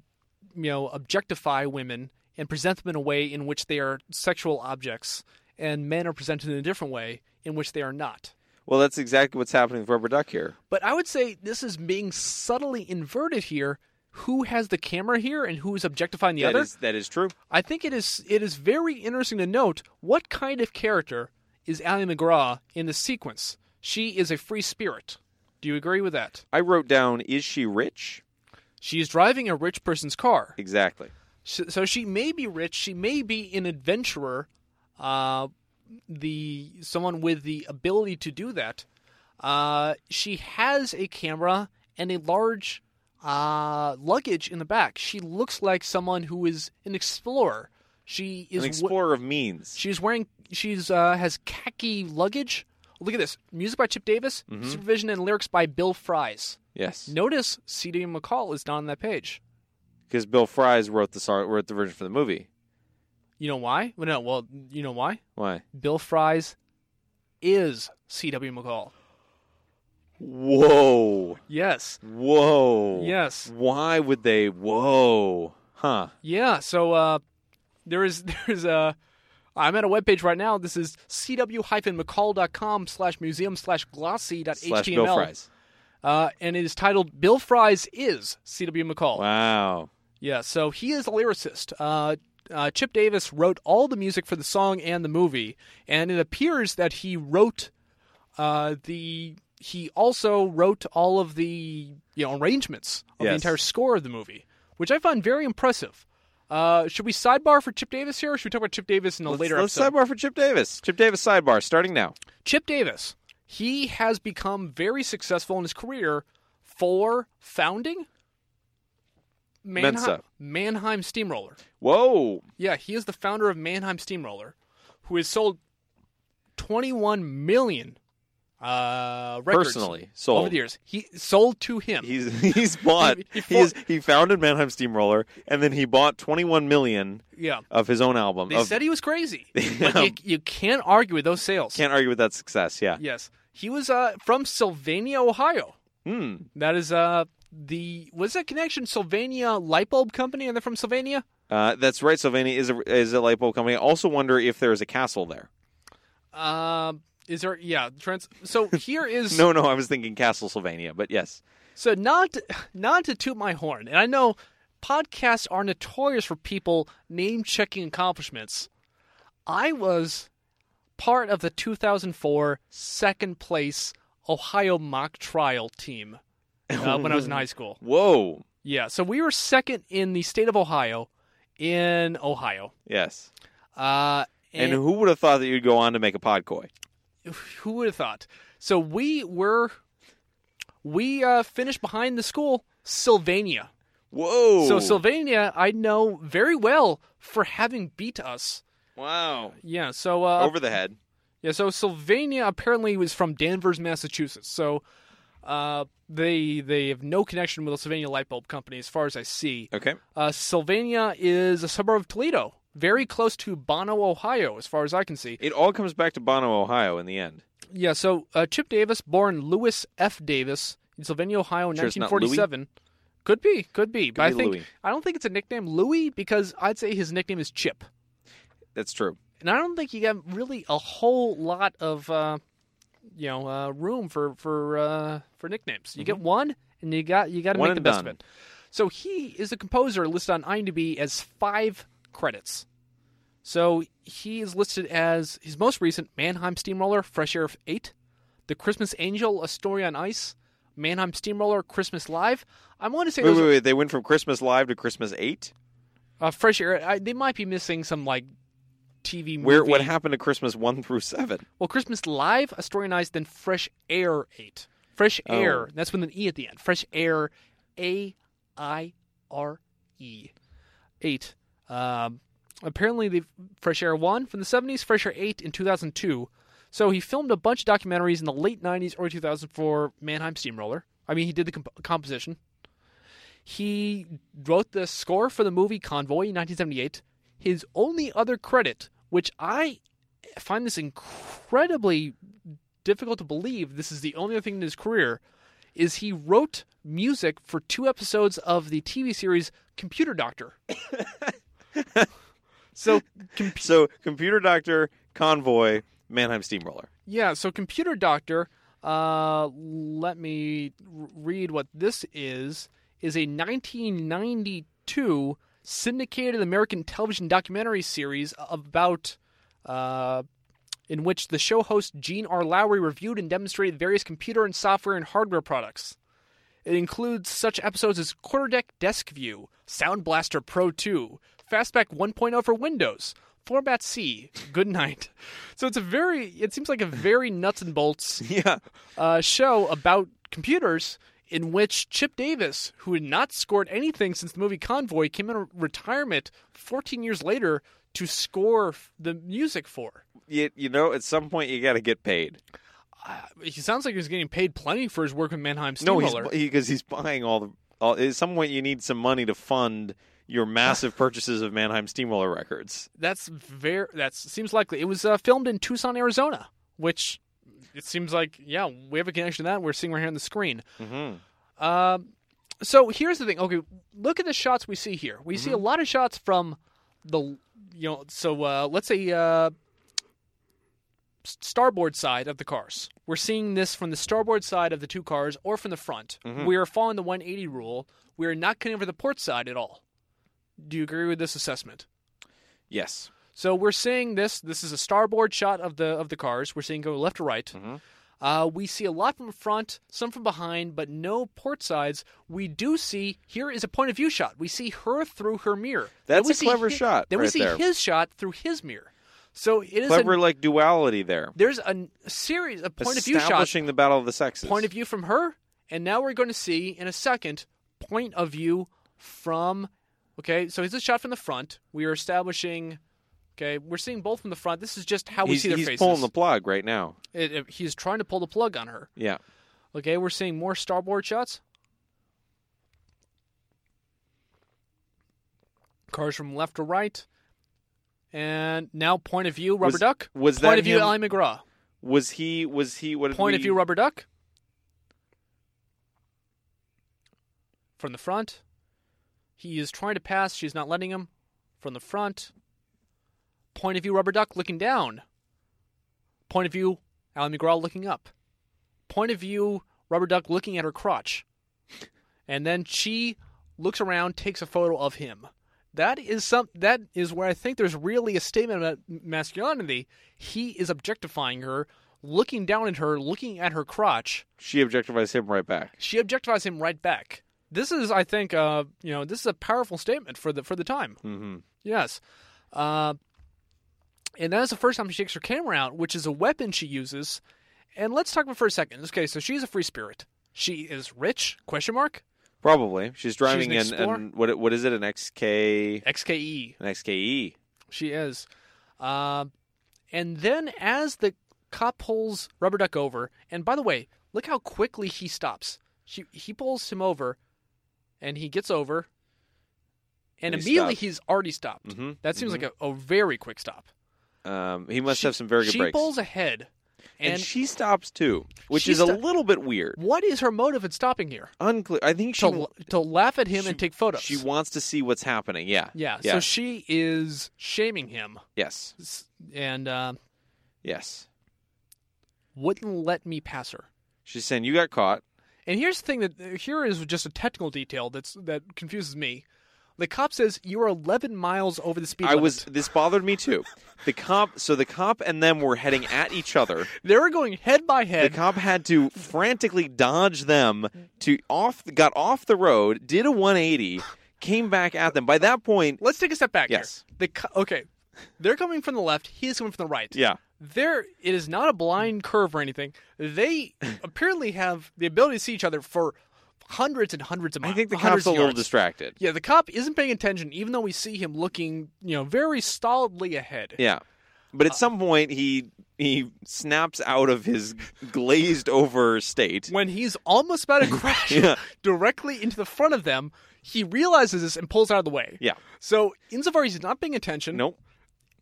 S4: you know objectify women and present them in a way in which they are sexual objects and men are presented in a different way in which they are not
S5: well, that's exactly what's happening with Rubber Duck here.
S4: but i would say this is being subtly inverted here who has the camera here and who is objectifying the
S5: That
S4: other
S5: is that is true.
S4: i think it is it is very interesting to note what kind of character is ally mcgraw in the sequence she is a free spirit do you agree with that
S5: I wrote down is she rich?
S4: she is driving a rich person's car
S5: Exactly.
S4: So, so she may be rich. She may be an adventurer, uh, the someone with the ability to do that. Uh, she has a camera and a large uh, luggage in the back. She looks like someone who is an explorer. She is wa-
S5: An explorer of means.
S4: She's wearing. She's uh, has khaki luggage. Look at this. Music by Chip Davis.
S5: Mm-hmm.
S4: Supervision and lyrics by Bill Fries.
S5: yes.
S4: Notice C.D. McCall is not on that page.
S5: because Bill Fries wrote the song, wrote the version for the movie.
S4: You know why? Well, no. Well, you know why?
S5: Why?
S4: Bill Fries is C.W. McCall.
S5: Whoa,
S4: Yes.
S5: whoa.
S4: Yes.
S5: Why would they? Whoa, huh?
S4: Yeah. So uh, there is there is a. I'm at a webpage right now. This is cw-mccall.com slash museum slash glossy dot
S5: Slash
S4: HTML.
S5: Bill Fries.
S4: Uh, and it is titled Bill Fries is C.W. McCall.
S5: Wow.
S4: Yeah, so he is a lyricist. Uh, uh, Chip Davis wrote all the music for the song and the movie, and it appears that he wrote uh, the. He also wrote all of the you know arrangements of the
S5: Yes.
S4: entire score of the movie, which I found very impressive. Uh, should we sidebar for Chip Davis here, or should we talk about Chip Davis in a
S5: let's,
S4: later
S5: let's
S4: episode?
S5: sidebar for Chip Davis. Chip Davis sidebar starting now.
S4: Chip Davis, he has become very successful in his career for founding Mannheim,
S5: Mensa.
S4: Mannheim Steamroller.
S5: Whoa.
S4: Yeah, he is the founder of Mannheim Steamroller, who has sold 21 million uh, records
S5: Personally sold.
S4: over the years. He sold to him.
S5: He's he's bought
S4: He- he
S5: he, he's, he founded Mannheim Steamroller and then he bought 21 million
S4: yeah,
S5: of his own album.
S4: they
S5: of-
S4: said he was crazy. But you, you can't argue with those sales.
S5: can't argue with that success. Yeah.
S4: Yes, he was uh, from Sylvania, Ohio.
S5: Hmm.
S4: That is uh the was that connection Sylvania light bulb company, and they're from Sylvania.
S5: Uh, that's right. Sylvania is a is a light bulb company. I also wonder if there is a castle there.
S4: Um, is there? Yeah, trans. So here is
S5: No, no, I was thinking Castle Sylvania, but yes.
S4: so not not to toot my horn, and I know podcasts are notorious for people name checking accomplishments. I was part of the 2004 second place Ohio mock trial team uh, when I was in high school.
S5: Whoa.
S4: Yeah, so we were second in the state of Ohio, in Ohio.
S5: Yes.
S4: Uh,
S5: And, who would have thought that you'd go on to make a podcoy?
S4: who would have thought? So we were, we uh, finished behind the school Sylvania.
S5: Whoa.
S4: So Sylvania, I know very well for having beat us.
S5: Wow.
S4: Yeah. So uh,
S5: Over the head.
S4: yeah. So Sylvania apparently was from Danvers, Massachusetts. So uh, they they have no connection with the Sylvania Light Bulb Company, as far as I see.
S5: Okay.
S4: Uh, Sylvania is a suburb of Toledo, very close to Bono, Ohio, as far as I can see.
S5: It all comes back to Bono, Ohio in the end.
S4: Yeah, so uh, Chip Davis, born Lewis F. Davis in Sylvania, Ohio, in
S5: Sure it's not
S4: 1947. Could be, could be, but I
S5: be
S4: think
S5: Louis.
S4: I don't think it's a nickname Louis because I'd say his nickname is Chip,
S5: That's true.
S4: and I don't think you got really a whole lot of uh, you know uh, room for for uh, for nicknames. You get one, and you got you got to
S5: Mm-hmm. One
S4: make the
S5: and
S4: best of
S5: done.
S4: it. So he is a composer listed on IMDb as five credits. So he is listed as his most recent Mannheim Steamroller, Fresh Air 8, The Christmas Angel, A Story on Ice, Mannheim Steamroller, Christmas Live. I want to say
S5: Wait,
S4: those
S5: wait,
S4: are-
S5: wait. They went from Christmas Live to Christmas 8?
S4: Uh, Fresh Air. I, they might be missing some like TV movie.
S5: Where what happened to Christmas 1 through 7?
S4: Well, Christmas Live, A Story on Ice, then Fresh Air 8. Fresh
S5: Oh.
S4: Air. That's with an E at the end. Fresh Air, A I R E. 8. Um, apparently, the Fresh Air 1 from the 70s, Fresh Air 8 in 2002. So he filmed a bunch of documentaries in the late 90s, early 2000 for Mannheim Steamroller. I mean, he did the comp- composition. He wrote the score for the movie Convoy in 1978. His only other credit, which I find this incredibly difficult to believe, this is the only other thing in his career, is he wrote music for two episodes of the TV series Computer Doctor. so, com-
S5: So Computer Doctor, Convoy, Mannheim Steamroller.
S4: yeah, so Computer Doctor, uh, let me r- read what this is, is a 1992 syndicated American television documentary series about uh, in which the show host Gene R. Lowry reviewed and demonstrated various computer and software and hardware products. It includes such episodes as Quarterdeck Desk View, Sound Blaster Pro 2, Fastback 1.0 for Windows, Format C, Good Night. So it's a very, it seems like a very nuts and bolts
S5: Yeah.
S4: uh, show about computers in which Chip Davis, who had not scored anything since the movie Convoy, came in retirement 14 years later to score f- the music for.
S5: You, you know, at some point you got to get paid.
S4: He sounds like he was getting paid plenty for his work with Mannheim
S5: No, he's
S4: Steamroller.
S5: because he's buying all the. All, at some point, you need some money to fund your massive purchases of Mannheim Steamroller records.
S4: that's very that seems likely. It was uh, filmed in Tucson, Arizona, which it seems like yeah we have a connection to that. We're seeing right here on the screen.
S5: Mm-hmm.
S4: Um, so here's the thing. Okay, look at the shots we see here. We see a lot of shots from the you know. So uh, let's say uh, s- starboard side of the cars. We're seeing this from the starboard side of the two cars, or from the front. We are following the 180 rule. We are not cutting over the port side at all. Do you agree with this assessment?
S5: Yes.
S4: So we're seeing this. This is a starboard shot of the of the cars. We're seeing go left to right.
S5: Mm-hmm.
S4: Uh, we see a lot from the front, some from behind, but no port sides. We do see here is a point of view shot. We see her through her mirror. Then
S5: That's
S4: we
S5: a
S4: see
S5: clever
S4: hi-
S5: shot
S4: Then we
S5: right
S4: see
S5: there.
S4: his shot through his mirror. So it is
S5: Clever,
S4: A,
S5: like duality there.
S4: there's a n- series of point of view shots.
S5: Establishing the battle of the sexes.
S4: Point of view from her, and now we're going to see in a second point of view from. Okay, so here's a shot from the front. We are establishing. Okay, we're seeing both from the front. This is just how we
S5: he's
S4: see their
S5: he's
S4: faces.
S5: pulling the plug right now.
S4: It- it- he's trying to pull the plug on her.
S5: Yeah.
S4: Okay, we're seeing more starboard shots. Cars from left to right. And now point of view, rubber
S5: Was-
S4: duck.
S5: was
S4: point
S5: that
S4: of view,
S5: him-
S4: Ellie McGraw.
S5: Was he? Was he? What did
S4: Point of
S5: we-
S4: view, rubber duck. From the front. He is trying to pass. She's not letting him. From the front. Point of view, rubber duck looking down. Point of view, Alan McGraw looking up. Point of view, rubber duck looking at her crotch. And then she looks around, takes a photo of him. That is some. That is where I think there's really a statement about masculinity. He is objectifying her, looking down at her, looking at her crotch.
S5: She objectifies him right back.
S4: She objectifies him right back. This is, I think, uh, you know, this is a powerful statement for the for the time.
S5: Mm-hmm.
S4: Yes. Uh, and that is the first time she takes her camera out, which is a weapon she uses. And let's talk about for a second. Okay, so she's a free spirit. She is rich? Question mark.
S5: Probably. She's driving
S4: She's an
S5: an, an what? What is it? An XK?
S4: XKE.
S5: An E? XKE.
S4: She is. Um, and then as the cop pulls Rubber Duck over, and by the way, look how quickly he stops. She, he pulls him over, and he gets over, and,
S5: And he
S4: immediately
S5: stopped.
S4: he's already stopped.
S5: Mhm,
S4: That seems like a, a very quick stop.
S5: Um, he must
S4: She-
S5: have some very good
S4: she
S5: brakes.
S4: pulls ahead,
S5: and,
S4: and,
S5: she stops too, which
S4: She
S5: is a
S4: sto-
S5: little bit weird.
S4: what is her motive in stopping here?
S5: Unclear. I think she
S4: To, to laugh at him
S5: she-
S4: and take photos.
S5: she wants to see what's happening. Yeah.
S4: yeah,
S5: Yeah.
S4: so she is shaming him,
S5: yes.
S4: s- and uh,
S5: Yes.
S4: wouldn't let me pass her.
S5: She's saying you got caught.
S4: And here's the thing that uh, here is just a technical detail that's that confuses me. The cop says you are 11 miles over the speed
S5: I
S4: limit.
S5: was. This bothered me too. The cop. So the cop and them were heading at each other.
S4: They were going head by
S5: The
S4: head.
S5: cop had to frantically dodge them to off. Got off the road. Did a 180. Came back at them. By that point,
S4: Let's take a step back.
S5: Yes.
S4: Here. The co- okay, they're coming from the left. He is coming from the right.
S5: yeah.
S4: There, it is not a blind curve or anything. They apparently have the ability to see each other for hundreds and hundreds of miles.
S5: I think the
S4: hundreds
S5: cop's a
S4: of
S5: little
S4: yards.
S5: distracted.
S4: Yeah, the cop isn't paying attention, even though we see him looking, you know, very solidly ahead.
S5: Yeah. But at some point he he snaps out of his glazed over state.
S4: when he's almost about to crash
S5: Yeah.
S4: directly into the front of them, he realizes this and pulls out of the way.
S5: Yeah.
S4: So insofar as he's not paying attention,
S5: Nope.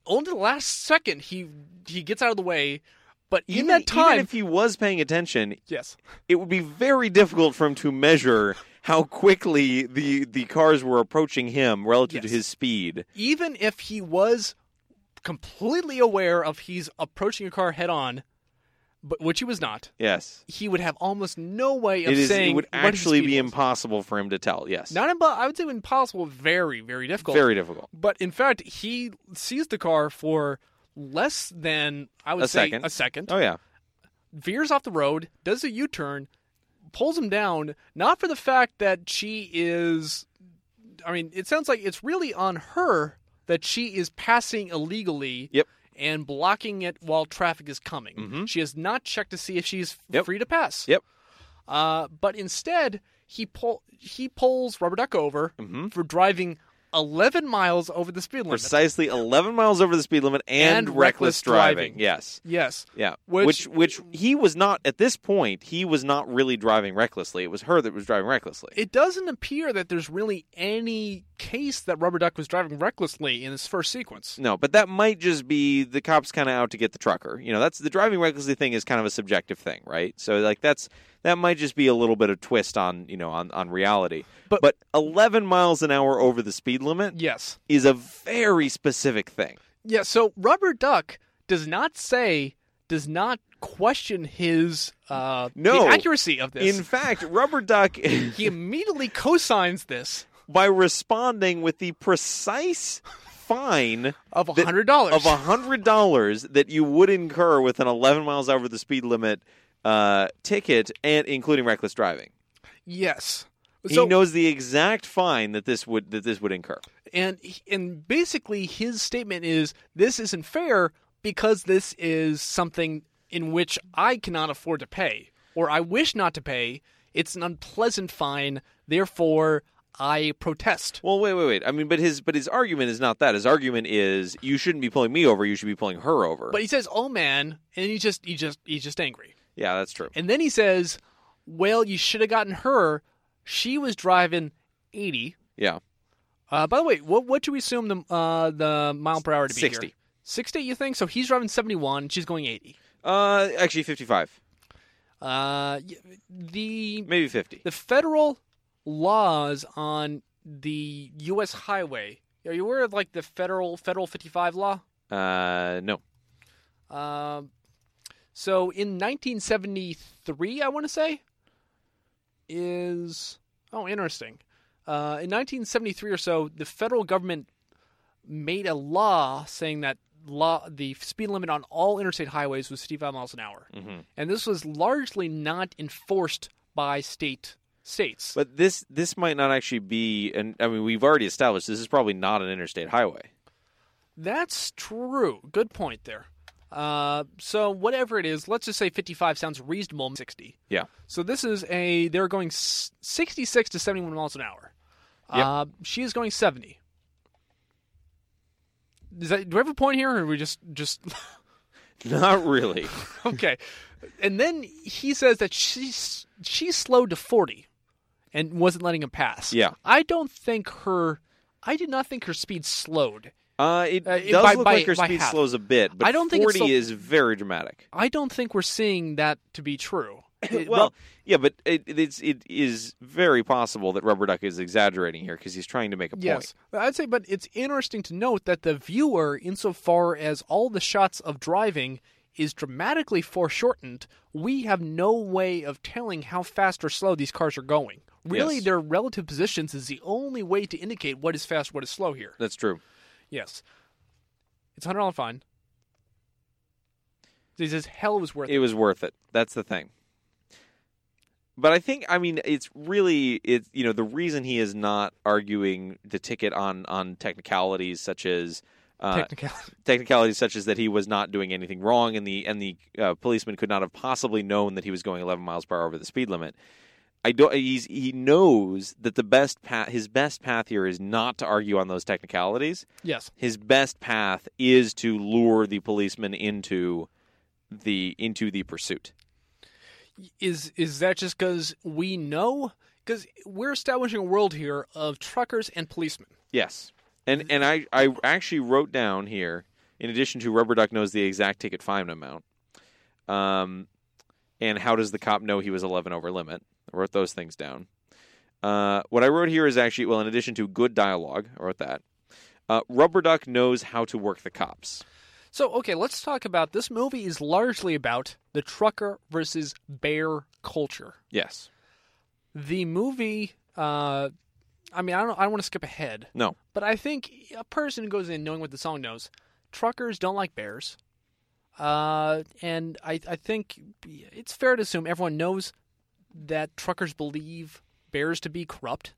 S4: only the last second he he gets out of the way. But in
S5: Even-
S4: that time,
S5: even if he was paying attention,
S4: yes,
S5: it would be very difficult for him to measure how quickly the the cars were approaching him relative
S4: Yes.
S5: to his speed.
S4: even if he was completely aware of he's approaching a car head on, but which he was not,
S5: Yes.
S4: he would have almost no way of
S5: It is
S4: saying
S5: it would
S4: what his
S5: actually
S4: speed
S5: be
S4: was.
S5: impossible for him to tell. Yes.
S4: Not impo- I would say impossible. Very, very difficult.
S5: very difficult.
S4: But in fact, he sees the car for less than I would
S5: A
S4: say
S5: second.
S4: a second.
S5: Oh yeah.
S4: Veers off the road, does a U-turn, pulls him down. Not for the fact that she is. I mean, it sounds like it's really on her that she is passing illegally.
S5: Yep.
S4: And blocking it while traffic is coming. She has not checked to see if she's f-
S5: Mm-hmm. Yep.
S4: free to pass.
S5: Yep.
S4: Uh, but instead, he pull he pulls Rubber Duck over
S5: Mm-hmm.
S4: for driving 11 miles over the speed limit.
S5: Precisely 11 miles over the speed limit and,
S4: And reckless driving.
S5: Yes.
S4: Yes.
S5: Yeah,
S4: Which-
S5: which, which he was not at this point. He was not really driving recklessly. It was her that was driving recklessly.
S4: It doesn't appear that there's really any case that Rubber Duck was driving recklessly in this first sequence.
S5: no, but that might just be the cops kind of out to get the trucker. You know, that's the driving recklessly thing is kind of a subjective thing, right? So like that's that might just be a little bit of twist on you know on on reality.
S4: But-
S5: but 11 miles an hour over the speed limit
S4: Yes.
S5: is a very specific thing.
S4: Yeah, so Rubber Duck does not say, does not question his uh,
S5: No.
S4: the accuracy of this.
S5: In fact, Rubber Duck
S4: he immediately co-signs this
S5: by responding with the precise fine
S4: of
S5: that-
S4: $100. dollars
S5: of a hundred dollars that you would incur with an eleven miles over the speed limit uh, ticket, and including reckless driving.
S4: yes. So,
S5: he knows the exact fine that this would that this would incur.
S4: and and basically his statement is this isn't fair because this is something in which I cannot afford to pay or I wish not to pay. It's an unpleasant fine, therefore I protest.
S5: Well, wait, wait, wait. I mean, but his but his argument is not that. His argument is you shouldn't be pulling me over. You should be pulling her over.
S4: But he says, "Oh man," and he just he just he's just angry.
S5: yeah, that's true.
S4: And then he says, "Well, you should have gotten her. She was driving 80."
S5: Yeah,
S4: Uh, by the way, what what do we assume the uh, the mile per hour to be? here?
S5: 60.
S4: 60, you think? So he's driving 71, she's going 80.
S5: uh, actually, fifty-five,
S4: Uh, y- the
S5: maybe fifty.
S4: the federal laws on the U.S. highway. Are you aware of like the federal federal 55 law?
S5: Uh, no.
S4: Um, so in 1973, I want to say, is oh interesting. Uh, in 1973 or so, the federal government made a law saying that law the speed limit on all interstate highways was 55 miles an hour, and this was largely not enforced by state states.
S5: But this this might not actually be. And I mean, we've already established this is probably not an interstate highway.
S4: That's true. Good point there. Uh, so whatever it is, let's just say 55 sounds reasonable. 60.
S5: Yeah,
S4: So this is a they're going s- 66 to 71 miles an hour. Uh, she is going 70. Does that, do we have a point here, or are we just just
S5: not really.
S4: okay? and then he says that she's she slowed to 40, and wasn't letting him pass.
S5: Yeah.
S4: I don't think her. I did not think her speed slowed.
S5: Uh, it
S4: Uh, it-
S5: does
S4: by-
S5: look
S4: by-
S5: like her
S4: by
S5: speed
S4: half.
S5: slows a bit, but
S4: I don't think it's
S5: forty
S4: so-
S5: is very dramatic.
S4: I don't think we're seeing that to be true. It-
S5: well, yeah, but it, it's it is very possible that Rubber Duck is exaggerating here because he's trying to make a
S4: Yes, But I'd say, but it's interesting to note that the viewer, insofar as all the shots of driving is dramatically foreshortened, we have no way of telling how fast or slow these cars are going. Really,
S5: Yes.
S4: their relative positions is the only way to indicate what is fast, what is slow here.
S5: That's true.
S4: Yes, it's a hundred dollar fine. He says hell was worth it.
S5: It was worth it. That's the thing. But I think I mean it's really it's you know the reason he is not arguing the ticket on on technicalities such as uh,
S4: Technicality.
S5: technicalities such as that he was not doing anything wrong and the and the uh, policeman could not have possibly known that he was going 11 miles per hour over the speed limit. I don't. He's, he knows that the best path, his best path here, is not to argue on those technicalities.
S4: Yes.
S5: His best path is to lure the policeman into the into the pursuit.
S4: is is that just because we know because we're establishing a world here of truckers and policemen
S5: Yes. And and I, I actually wrote down here, in addition to Rubber Duck knows the exact ticket fine amount, um, and how does the cop know he was 11 over limit? I wrote those things down. Uh, what I wrote here is actually, well, in addition to good dialogue, I wrote that. Uh, Rubber Duck knows how to work the cops.
S4: so okay let's talk about this movie is largely about the trucker versus bear culture
S5: Yes.
S4: the movie uh i mean i don't i don't want to skip ahead
S5: No.
S4: but i think a person who goes in knowing what the song knows truckers don't like bears uh and i i think it's fair to assume everyone knows that truckers believe bears to be corrupt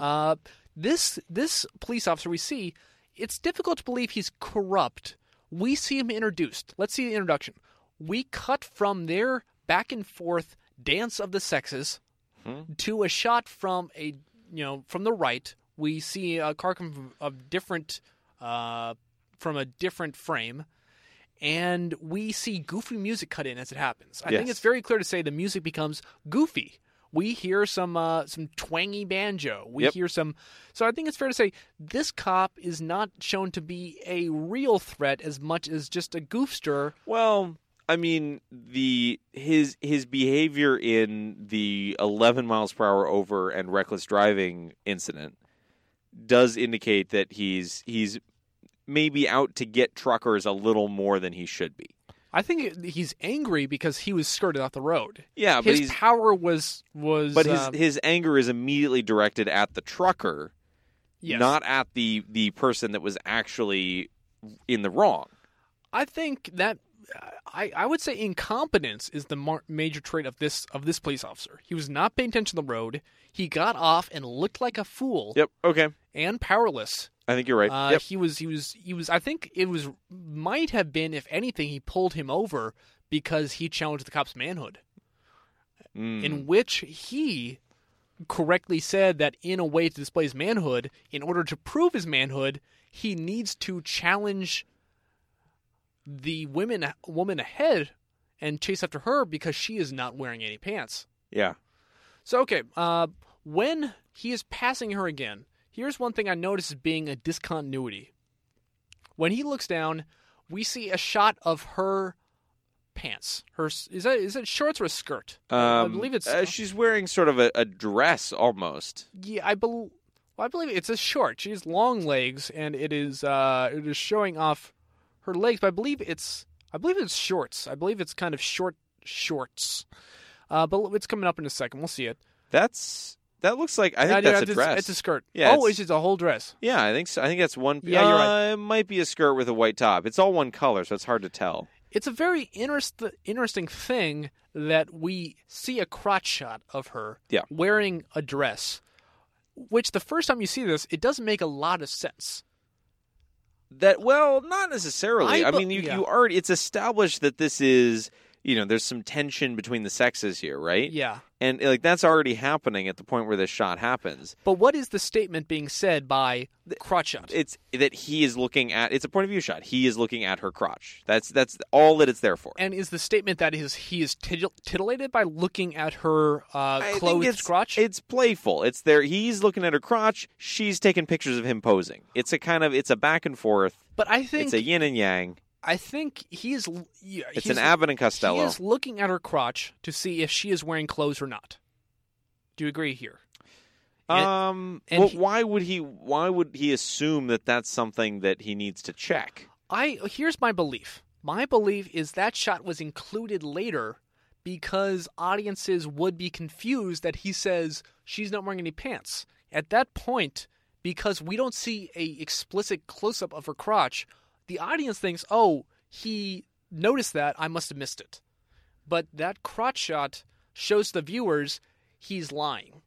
S4: Uh, this this police officer we see, it's difficult to believe he's corrupt. We see him introduced. Let's see the introduction. We cut from their back and forth dance of the sexes to a shot from a you know from the right. We see a car come from of different uh, from a different frame. And we see goofy music cut in as it happens. I think
S5: Yes.
S4: it's very clear to say the music becomes goofy. We hear some uh, some twangy banjo. We
S5: Yep.
S4: hear some. So I think it's fair to say this cop is not shown to be a real threat as much as just a goofster.
S5: Well, I mean the his his behavior in the 11 miles per hour over and reckless driving incident does indicate that he's he's maybe out to get truckers a little more than he should be.
S4: I think he's angry because he was skirted off the road.
S5: Yeah, Uh, but
S4: his
S5: he's
S4: power was was.
S5: but his
S4: um,
S5: his anger is immediately directed at the trucker,
S4: yes.
S5: not at the the person that was actually in the wrong.
S4: I think that I, I would say incompetence is the mar- major trait of this of this police officer. He was not paying attention to the road. He got off and looked like a fool
S5: Yep. Okay.
S4: and powerless.
S5: I think you're right.
S4: Uh,
S5: yep.
S4: He was he was he was. I think it was might have been if anything he pulled him over because he challenged the cop's manhood,
S5: Mm.
S4: in which he correctly said that in a way to display his manhood, in order to prove his manhood, he needs to challenge the women woman ahead and chase after her because she is not wearing any pants.
S5: Yeah.
S4: So okay, uh, when he is passing her again, here's one thing I notice as being a discontinuity. When he looks down, we see a shot of her pants. Her s- is that is it shorts or a skirt? I- I
S5: Um,
S4: believe it's
S5: uh, she's wearing sort of a, a dress almost.
S4: yeah, I believe. Well, I believe it's a short. She has long legs, and it is uh, it is showing off her legs. But I believe it's I believe it's shorts. I believe it's kind of short shorts. Uh, but it's coming up in a second. We'll see it.
S5: That's that looks like I
S4: Uh,
S5: think
S4: yeah,
S5: that's
S4: it's,
S5: a dress.
S4: It's a skirt.
S5: Yeah,
S4: oh,
S5: it's-
S4: it's just a whole dress.
S5: yeah, I think so. I think that's one.
S4: Yeah, you're right.
S5: Uh, it might be a skirt with a white top. It's all one color, so it's hard to tell.
S4: It's a very interest, interesting thing that we see a crotch shot of her
S5: Yeah.
S4: wearing a dress, which the first time you see this, it doesn't make a lot of sense.
S5: That well, not necessarily.
S4: I
S5: I,
S4: bu-
S5: mean, you,
S4: yeah.
S5: you already it's established that this is you know there's some tension between the sexes here, right?
S4: Yeah.
S5: and like that's already happening at the point where this shot happens.
S4: But what is the statement being said by crotch shot?
S5: It's that he is looking at it's a point of view shot. He is looking at her crotch. That's that's all that it's there for.
S4: and is the statement that is he is titil- titillated by looking at her uh,
S5: I think
S4: clothed
S5: it's,
S4: crotch?
S5: It's playful. It's there. He's looking at her crotch. She's taking pictures of him posing. It's a kind of it's a back and forth.
S4: but I think
S5: It's a yin and yang.
S4: I think he is. l- Yeah,
S5: It's
S4: he's-
S5: an Abbott and Costello.
S4: He is looking at her crotch to see if she is wearing clothes or not. Do you agree here? and-
S5: um.
S4: and
S5: well,
S4: he-
S5: why would he? Why would he assume that that's something that he needs to check?
S4: I here's my belief. My belief is that shot was included later because audiences would be confused that he says she's not wearing any pants. At that point, because we don't see a explicit close up of her crotch, the audience thinks, "Oh, he noticed that. I must have missed it." But that crotch shot shows the viewers he's lying.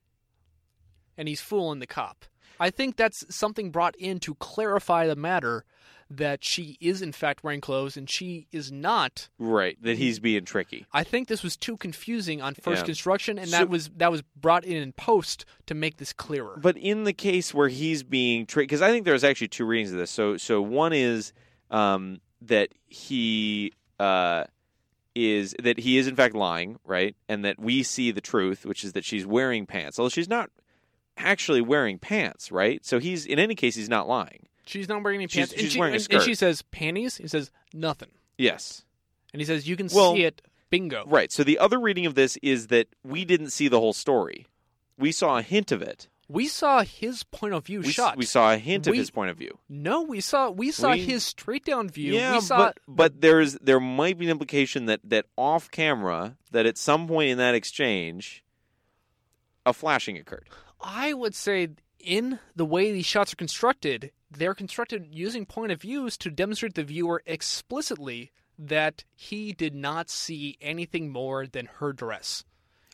S4: And he's fooling the cop. I think that's something brought in to clarify the matter that she is in fact wearing clothes and she is not.
S5: Right. That he's being tricky.
S4: I think this was too confusing on first
S5: Yeah.
S4: construction, and
S5: So-
S4: that was that was brought in in post to make this clearer.
S5: But in the case where he's being tricked, because I think there's actually two readings of this. So, so one is um, that he uh, is that he is in fact lying, right? And that we see the truth, which is that she's wearing pants, although she's not actually wearing pants, right? So he's in any case he's not lying.
S4: she's not wearing any
S5: She's-
S4: pants. and
S5: she's
S4: she,
S5: wearing a
S4: and- and she
S5: skirt.
S4: says panties. He says nothing,
S5: Yes.
S4: and he says you can
S5: Well,
S4: see it. Bingo.
S5: Right. So the other reading of this is that we didn't see the whole story. We saw a hint of it.
S4: We saw his point of view
S5: We, s-
S4: shot.
S5: we saw a hint
S4: We-
S5: of his point of view.
S4: No, we saw we saw
S5: We-
S4: his straight down view.
S5: Yeah,
S4: we saw
S5: but but there's there might be an implication that that off camera that at some point in that exchange, a flashing occurred.
S4: I would say in the way these shots are constructed, they're constructed using point of views to demonstrate to the viewer explicitly that he did not see anything more than her dress.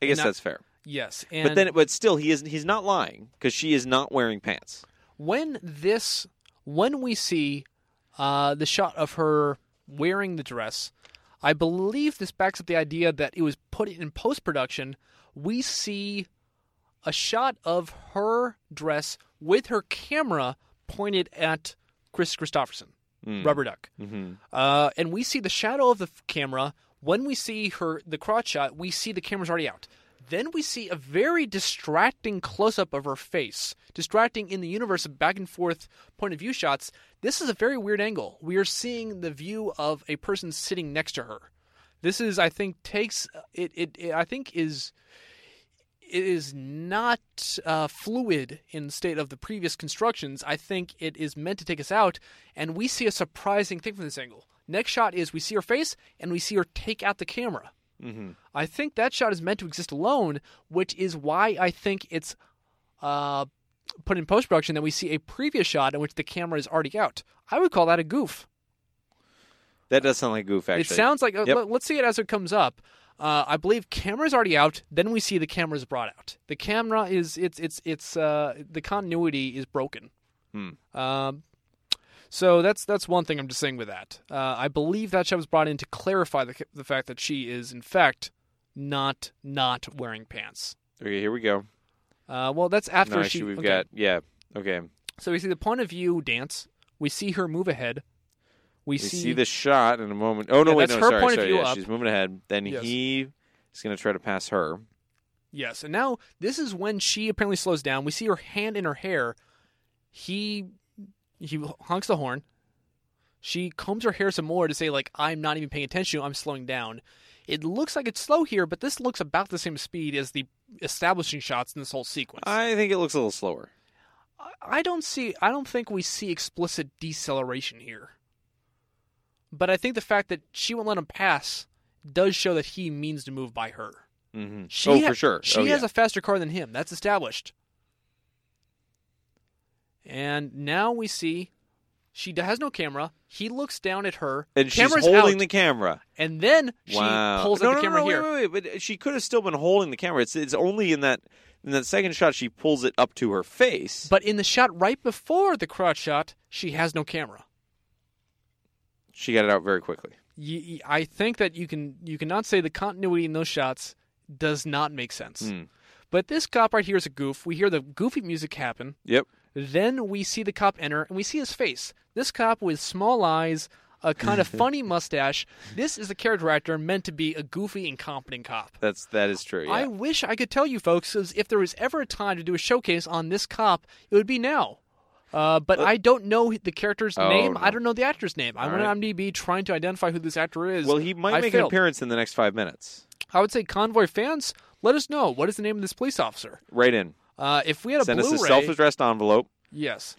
S5: I guess
S4: Now-
S5: that's fair.
S4: Yes, uh, and
S5: But then, but still, he is he's not lying because she is not wearing pants.
S4: when this when we see uh, the shot of her wearing the dress, I believe this backs up the idea that it was put in post production. We see a shot of her dress with her camera pointed at Chris Christopherson, Rubber Duck,
S5: Mhm.
S4: uh, and we see the shadow of the f- camera. When we see her the crotch shot, we see the camera's already out. Then we see a very distracting close up of her face, distracting in the universe of back and forth point of view shots. This is a very weird angle. We are seeing the view of a person sitting next to her. This is, I think, takes uh, it. It, it I think is it is not uh, fluid in the state of the previous constructions. I think it is meant to take us out, and we see a surprising thing from this angle. Next shot is we see her face, and we see her take out the camera. I think that shot is meant to exist alone, which is why I think it's uh, put in post production that we see a previous shot in which the camera is already out. I would call that a goof.
S5: That does sound like a goof. Actually,
S4: It sounds like uh,
S5: Yep.
S4: let- let's see it as it comes up. Uh, I believe camera's already out. Then we see the camera's brought out. The camera is it's it's it's uh, the continuity is broken.
S5: Hmm.
S4: Um, so that's that's one thing I'm just saying with that. Uh, I believe that shot was brought in to clarify the the fact that she is in fact not not wearing pants.
S5: Okay, here we go.
S4: Uh, Uh, well, that's after
S5: no,
S4: she.
S5: actually, we've
S4: okay.
S5: got yeah. Okay, we,
S4: So we see the point of view dance. We see her move ahead. We,
S5: see, the shot in a moment. Oh no,
S4: Yeah,
S5: wait,
S4: that's
S5: no,
S4: her
S5: sorry,
S4: point of
S5: sorry.
S4: view
S5: yeah,
S4: up.
S5: she's moving ahead. Then
S4: Yes.
S5: he is going to try to pass her.
S4: Yes, and now this is when she apparently slows down. We see her hand in her hair. He he honks the horn. She combs her hair some more to say like I'm not even paying attention. I'm slowing down. It looks like it's slow here, but this looks about the same speed as the establishing shots in this whole sequence. I,
S5: I think it looks a little slower.
S4: I don't see. I don't think we see explicit deceleration here. But I think the fact that she won't let him pass does show that he means to move by her.
S5: hmm
S4: She
S5: Oh,
S4: ha-
S5: for sure.
S4: She
S5: oh,
S4: has
S5: yeah.
S4: a faster car than him. That's established. And now we see she d- has no camera. He looks down at her.
S5: and
S4: Camera's
S5: she's holding
S4: out,
S5: the camera.
S4: and then she
S5: wow.
S4: pulls
S5: no,
S4: out
S5: no,
S4: the camera
S5: no, wait,
S4: here.
S5: Wait, wait, But she could have still been holding the camera. It's it's only in that in that second shot she pulls it up to her face.
S4: But in the shot right before the crotch shot, she has no camera.
S5: she got it out very quickly.
S4: Y- y- I think that you can you cannot say the continuity in those shots does not make sense.
S5: Hmm.
S4: But this cop right here is a goof. We hear the goofy music happen.
S5: Yep.
S4: Then we see the cop enter and we see his face. This cop with small eyes, a kind of funny mustache. This is a character actor meant to be a goofy, incompetent cop.
S5: That's that is true.
S4: I
S5: Yeah.
S4: wish I could tell you folks 'cause if there was ever a time to do a showcase on this cop, it would be now. Uh, but I don't know the character's
S5: Oh,
S4: name.
S5: no.
S4: I don't know the actor's name. I
S5: All
S4: went
S5: right.
S4: on IMDb trying to identify who this actor is.
S5: well, he might
S4: I
S5: make an
S4: failed.
S5: appearance in the next five minutes.
S4: I would say convoy fans, let us know what is the name of this police officer.
S5: Right in.
S4: Uh, if we had a
S5: Send us
S4: Blu-ray,
S5: a self-addressed envelope.
S4: yes,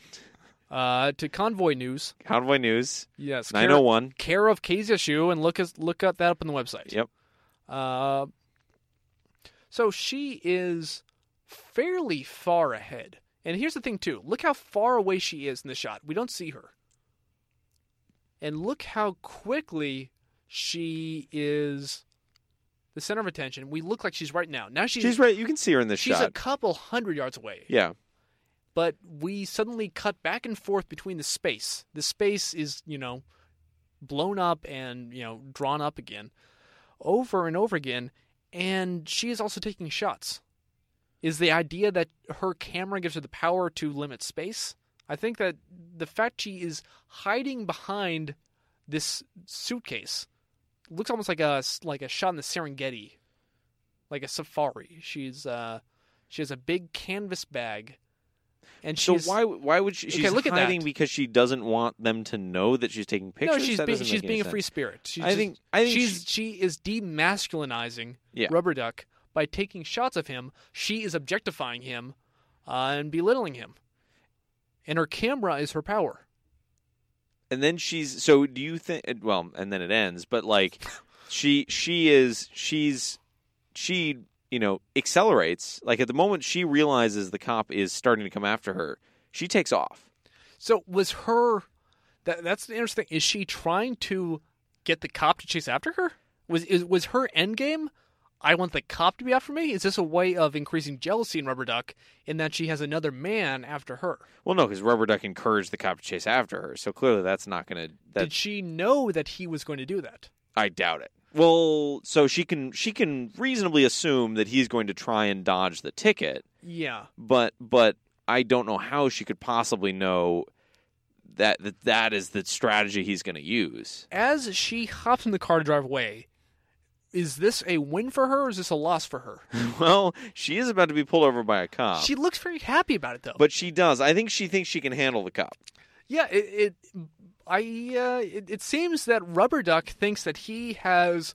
S4: uh, to convoy news.
S5: Convoy News
S4: Yes, care-
S5: nine oh one.
S4: care of KZSU, and look us look up that up on the website.
S5: Yep.
S4: Uh, so she is fairly far ahead, and here's the thing too: look how far away she is in the shot. We don't see her, and look how quickly she is the center of attention. We look like she's right now. Now she's
S5: She's right. You can see her in this
S4: she's a
S5: shot.
S4: couple hundred yards away
S5: yeah.
S4: but we suddenly cut back and forth between the space. The space is, you know, blown up and, you know, drawn up again over and over again. And she is also taking shots. Is the idea that her camera gives her the power to limit space? I think that the fact she is hiding behind this suitcase looks almost like a like a shot in the Serengeti, like a safari. She's uh, she has a big canvas bag, and
S5: So
S4: she's
S5: why w- why would she?
S4: Okay,
S5: She's
S4: look at that.
S5: hiding because she doesn't want them to know that she's taking pictures.
S4: no, she's
S5: That
S4: being
S5: doesn't
S4: she's
S5: make
S4: being
S5: any
S4: a free
S5: sense.
S4: spirit. She's
S5: I
S4: just-
S5: think- I think
S4: she's she is demasculinizing
S5: Yeah.
S4: Rubber Duck by taking shots of him. She is objectifying him uh, and belittling him, and her camera is her power.
S5: And then she's so. Do you think? Well, and then it ends. But like, she she is she's she you know accelerates. Like at the moment she realizes the cop is starting to come after her, she takes off.
S4: So was her that that's the interesting thing. Is she trying to get the cop to chase after her? Was is was her end game? I want the cop to be after me? Is this a way of increasing jealousy in Rubber Duck in that she has another man after her?
S5: Well, no, because Rubber Duck encouraged the cop to chase after her. So clearly that's not going to. That
S4: Did she know that he was going to do that?
S5: I doubt it. Well, so she can she can reasonably assume that he's going to try and dodge the ticket,
S4: Yeah.
S5: but but I don't know how she could possibly know that that, that is the strategy he's going to use.
S4: As she hops in the car to drive away, is this a win for her or is this a loss for her?
S5: well, she is about to be pulled over by a cop.
S4: She looks very happy about it though.
S5: but she does. I think she thinks she can handle the cop.
S4: Yeah, it, it I uh, it, it seems that Rubber Duck thinks that he has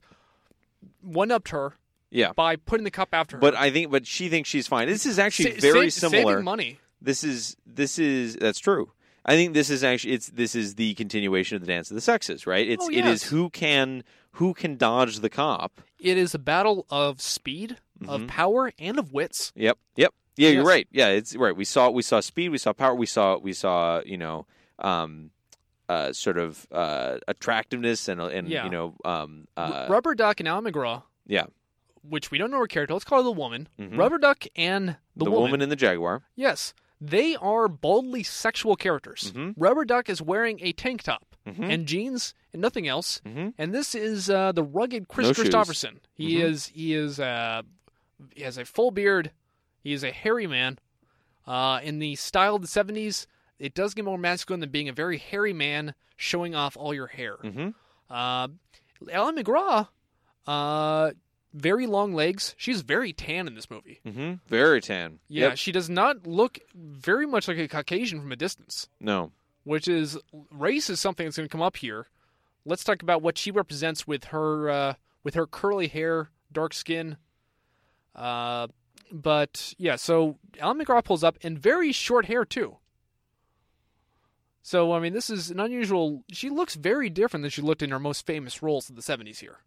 S4: one upped her
S5: Yeah.
S4: by putting the cup after her.
S5: But I think but she thinks she's fine. This is actually
S4: Sa-
S5: very
S4: sa-
S5: similar.
S4: Saving money.
S5: this is this is that's true. I think this is actually it's this is the continuation of the dance of the sexes, right? It's
S4: Oh,
S5: it
S4: yes.
S5: is who can who can dodge the cop.
S4: It is a battle of speed,
S5: Mm-hmm.
S4: of power, and of wits.
S5: Yep. Yep. Yeah,
S4: Yes.
S5: you're right. Yeah, it's right. We saw we saw speed, we saw power, we saw we saw, you know, um uh sort of uh attractiveness and and
S4: Yeah.
S5: you know, um uh
S4: R- Rubber Duck and Al McGraw,
S5: yeah,
S4: which we don't know her character. Let's call her the woman.
S5: Mhm.
S4: Rubber Duck and the,
S5: the, woman. in the jaguar.
S4: Yes, they are boldly sexual characters.
S5: Mhm.
S4: Rubber Duck is wearing a tank top
S5: Mhm.
S4: and jeans and nothing else.
S5: Mhm.
S4: And this is uh, the rugged Chris
S5: No shoes.
S4: Christopherson. He
S5: Mhm.
S4: is he is uh, he has a full beard. He is a hairy man. Uh, in the style of the 70s, it does get more masculine than being a very hairy man showing off all your hair.
S5: Mhm.
S4: Uh, Ellen McGraw, uh, very long legs. She's very tan in this movie.
S5: Mm-hmm. Very tan.
S4: Yeah,
S5: Yep.
S4: she does not look very much like a Caucasian from a distance,
S5: No.
S4: which is race is something that's going to come up here. Let's talk about what she represents with her uh, with her curly hair, dark skin. Uh, but yeah, so Alan McGraw pulls up and very short hair too. So I mean, this is an unusual. She looks very different than she looked in her most famous roles of the '70s here.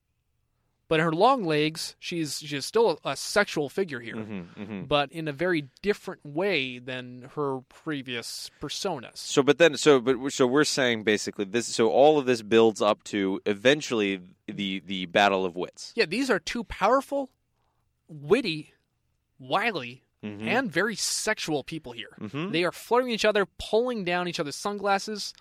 S4: But her long legs, she's she's still a, a sexual figure here
S5: Mm-hmm. Mm-hmm.
S4: but in a very different way than her previous personas.
S5: So, but then, so, but so we're saying basically this. So, all of this builds up to eventually the the battle of wits.
S4: Yeah, these are two powerful, witty, wily,
S5: Hmm. Mm-hmm.
S4: and very sexual people here. They are flirting each other, pulling down each other's sunglasses.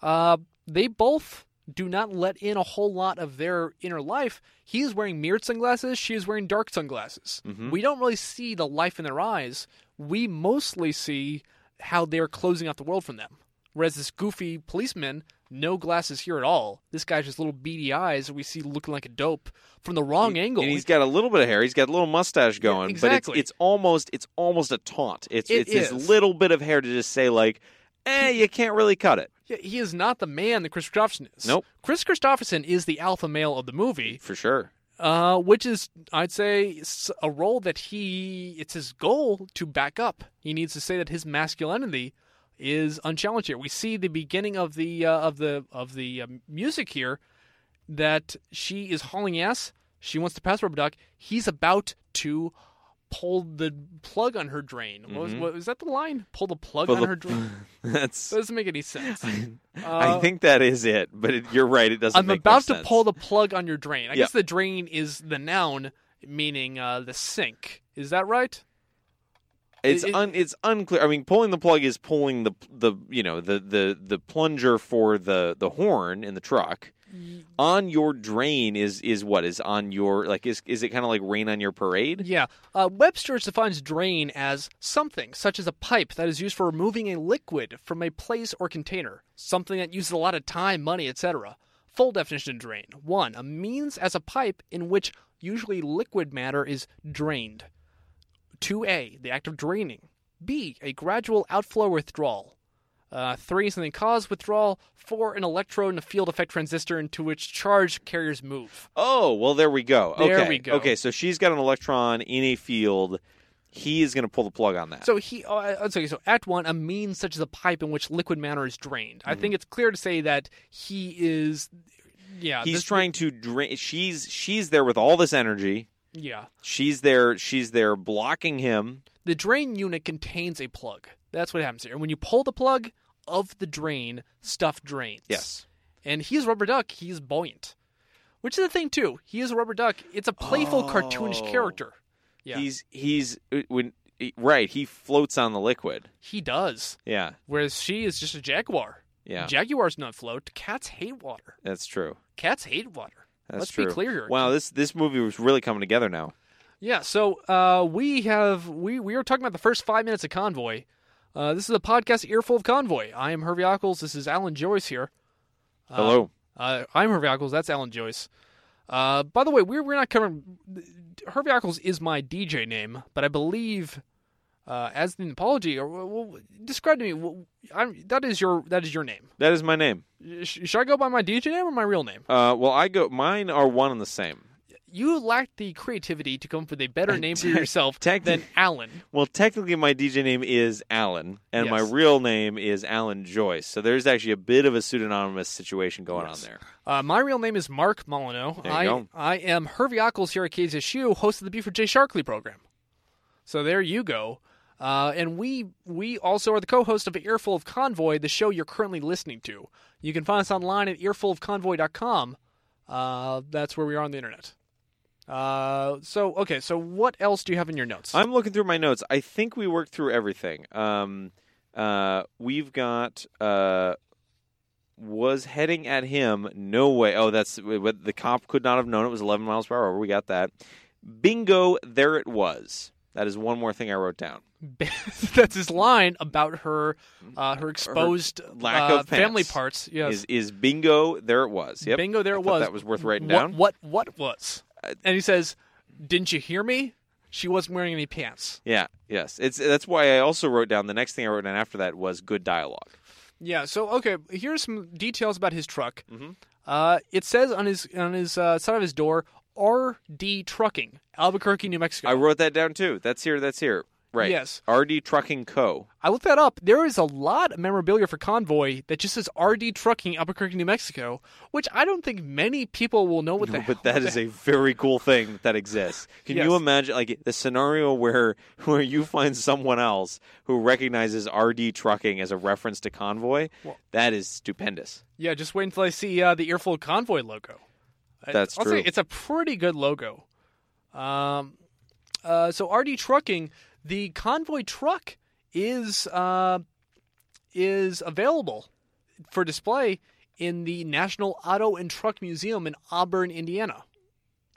S4: Uh, they both do not let in a whole lot of their inner life. He is wearing mirrored sunglasses, she is wearing dark sunglasses.
S5: Mm-hmm.
S4: We don't really see the life in their eyes. We mostly see how they're closing out the world from them. Whereas this goofy policeman, no glasses here at all. This guy's just little beady eyes that we see looking like a dope from the wrong angle.
S5: And he's got a little bit of hair. He's got a little mustache going. But
S4: exactly.
S5: it's, it's almost it's almost a taunt. It's
S4: It
S5: it's this
S4: is.
S5: little bit of hair to just say like, eh, you can't really cut it
S4: Yeah, he is not the man that Chris Christopherson is.
S5: Nope.
S4: Chris Christopherson is the alpha male of the movie,
S5: for sure.
S4: uh, which is, I'd say, s- a role that he, it's his goal to back up. He needs to say that his masculinity is unchallenged here. We see the beginning of the, uh, of the, of the uh, music here that she is hauling ass. She wants to pass rubber duck. He's about to pull the plug on her drain. What was, what, was that the line? Pull the plug
S5: Mm-hmm. Pull
S4: on
S5: the-
S4: her drain?
S5: That's.
S4: That doesn't make any sense.
S5: I think that is it. But it, you're right. It doesn't.
S4: uh, I'm
S5: make much
S4: about to
S5: sense.
S4: pull the plug on your drain. I
S5: Yeah.
S4: guess the drain is the noun meaning uh, the sink. Is that right?
S5: It's
S4: it-
S5: un, it's unclear. I mean, pulling the plug is pulling the the you know the the the plunger for the the horn in the truck.
S4: Mm.
S5: On your drain is is what is on your like is is it kind of like rain on your parade?
S4: Yeah. Uh, Webster's defines drain as something, such as a pipe that is used for removing a liquid from a place or container, something that uses a lot of time, money, etc. Full definition of drain. One, a means as a pipe in which usually liquid matter is drained. 2A, the act of draining. B, a gradual outflow or withdrawal. Uh, three, something caused withdrawal. Four, an electrode in a field effect transistor into which charge carriers move.
S5: Oh well, there we go.
S4: There
S5: okay.
S4: we go.
S5: Okay, so she's got an electron in a field. He is going to pull the plug on that.
S4: So he, oh, I- I'm sorry, so Act One, a means such as a pipe in which liquid matter is drained. I
S5: Mm-hmm.
S4: think it's clear to say that he is, yeah,
S5: he's
S4: uh, this-
S5: trying to drain. She's she's there with all this energy.
S4: yeah.
S5: She's there. She's there blocking him.
S4: The drain unit contains a plug. That's what happens here. And when you pull the plug of the drain, stuff drains.
S5: Yes.
S4: And he's rubber duck. He's buoyant, which is the thing too. He is a rubber duck. It's a playful, cartoonish
S5: Oh.
S4: character. Yeah,
S5: He's he's uh, when right. He floats on the liquid.
S4: he does.
S5: Yeah.
S4: Whereas she is just a jaguar.
S5: Yeah,
S4: Jaguars not float. Cats hate water.
S5: that's true.
S4: Cats hate water.
S5: That's
S4: Let's
S5: true.
S4: be clear here.
S5: Wow, this this movie was really coming together now.
S4: Yeah, so uh, we have we we are talking about the first five minutes of Convoy. Uh, this is a podcast earful of Convoy. I am Hervey Ockles. This is Alan Joyce here.
S5: Hello.
S4: Uh, I'm Hervey Ockles. That's Alan Joyce. Uh, by the way, we're we're not covering. Hervey Ockles is my DJ name, but I believe uh, as an apology, or well, describe to me. Well, I'm, that is your that is your name.
S5: That is my name.
S4: Sh- should I go by my DJ name or my real name?
S5: Uh, well, I go. Mine are one and the same.
S4: You lacked the creativity to come up with a better name for yourself
S5: techni-
S4: than Alan.
S5: Well, technically, my DJ name is Alan, and my
S4: Yes.
S5: real name is Alan Joyce. So there's actually a bit of a pseudonymous situation going on there.
S4: Uh, my real name is Mark Molyneux.
S5: There you
S4: I,
S5: go.
S4: I am Hervey Ockles here at KZSU, host of the B4J Sharkley program. So there you go. Uh, and we we also are the co-host of Earful of Convoy, the show you're currently listening to. You can find us online at earfulofconvoy.com. Uh, that's where we are on the internet. Uh, so okay, so what else do you have in your notes?
S5: I'm looking through my notes. I think we worked through everything. Um, uh, we've got uh, was heading at him. No way. Oh, that's what the cop could not have known. It was 11 miles per hour. We got that. Bingo! There it was. That is one more thing I wrote down.
S4: That's his line about her, uh, her exposed
S5: lack
S4: uh,
S5: of pants
S4: family parts. Yes,
S5: Is is bingo? There it was. Yep.
S4: bingo. There
S5: I
S4: it
S5: thought
S4: was.
S5: That was worth writing
S4: what,
S5: down.
S4: What what was? And he says, "Didn't you hear me? She wasn't wearing any pants."
S5: Yeah. Yes. It's that's why I also wrote down the next thing I wrote down after that was good dialogue.
S4: Yeah. So okay, here's some details about his truck.
S5: Mm-hmm.
S4: Uh, it says on his on his uh, side of his door, "R.D. Trucking, Albuquerque, New Mexico."
S5: I wrote that down too. That's here. That's here. Right.
S4: Yes.
S5: RD Trucking Co.
S4: I looked that up. There is a lot of memorabilia for Convoy that just says RD Trucking, Albuquerque, New Mexico, which I don't think many people will know what the hell
S5: but that is a very cool thing that, that exists. Can you
S4: Yes.
S5: imagine like the scenario where where you find someone else who recognizes RD Trucking as a reference to Convoy? that is stupendous.
S4: Yeah, just wait until I see uh, the Earful of Convoy logo. I-
S5: That's
S4: I'll
S5: true.
S4: Say it's a pretty good logo. Um, uh, so RD Trucking, the Convoy truck is uh, is available for display in the National Auto and Truck Museum in Auburn, Indiana.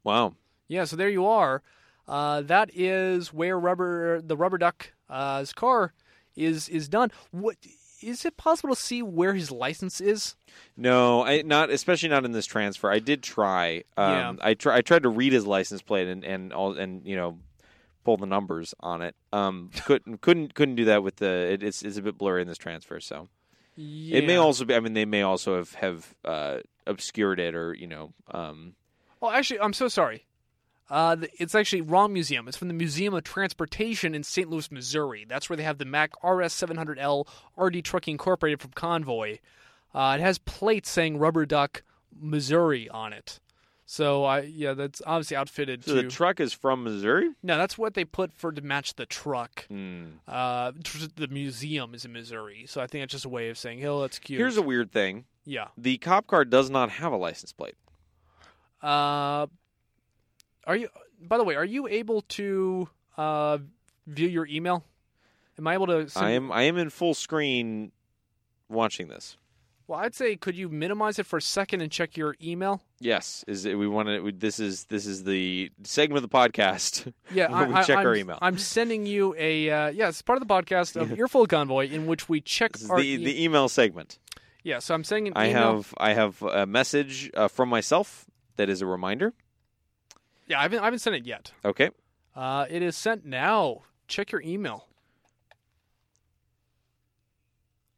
S5: Wow.
S4: Yeah, so there you are. Uh, that is where rubber the rubber duck's uh, his car is is done. What is it possible to see where his license is?
S5: No, I not especially not in this transfer. I did try. Um,
S4: Yeah.
S5: I try, I tried to read his license plate and and all and you know pull the numbers on it. Um, couldn't couldn't couldn't do that with the. It, it's it's a bit blurry in this transfer. So it may
S4: Yeah.
S5: also be. I mean, they may also have have uh, obscured it or you know. Um,
S4: Oh, actually, I'm so sorry. Uh, th- it's actually wrong museum. It's from the Museum of Transportation in St. Louis, Missouri. That's where they have the Mac RS700L RD Trucking Incorporated from Convoy. Uh, it has plates saying Rubber Duck, Missouri on it. So I yeah, that's obviously outfitted
S5: so
S4: to.
S5: the truck is from Missouri.
S4: no, that's what they put for to match the truck.
S5: Hmm.
S4: Uh, tr- the museum is in Missouri, so I think that's just a way of saying, "Hey, that's cute."
S5: Here's a weird thing:
S4: yeah.
S5: the cop car does not have a license plate.
S4: Uh, are you? By the way, are you able to uh, view your email? Am I able to? Send,
S5: I am I am in full screen watching this.
S4: Well, I'd say could you minimize it for a second and check your email?
S5: Yes, is it, we want to. This is this is the segment of the podcast.
S4: Yeah,
S5: where
S4: I,
S5: we
S4: I-
S5: check
S4: I'm,
S5: our email.
S4: I'm sending you a uh, yeah. It's part of the podcast of Earful Convoy in which we check
S5: this is
S4: our
S5: the
S4: e-
S5: the email segment.
S4: yeah. So I'm sending an
S5: I
S4: email.
S5: have I have a message uh, from myself that is a reminder.
S4: yeah. I haven't I haven't sent it yet.
S5: Okay,
S4: Uh, it is sent now. Check your email.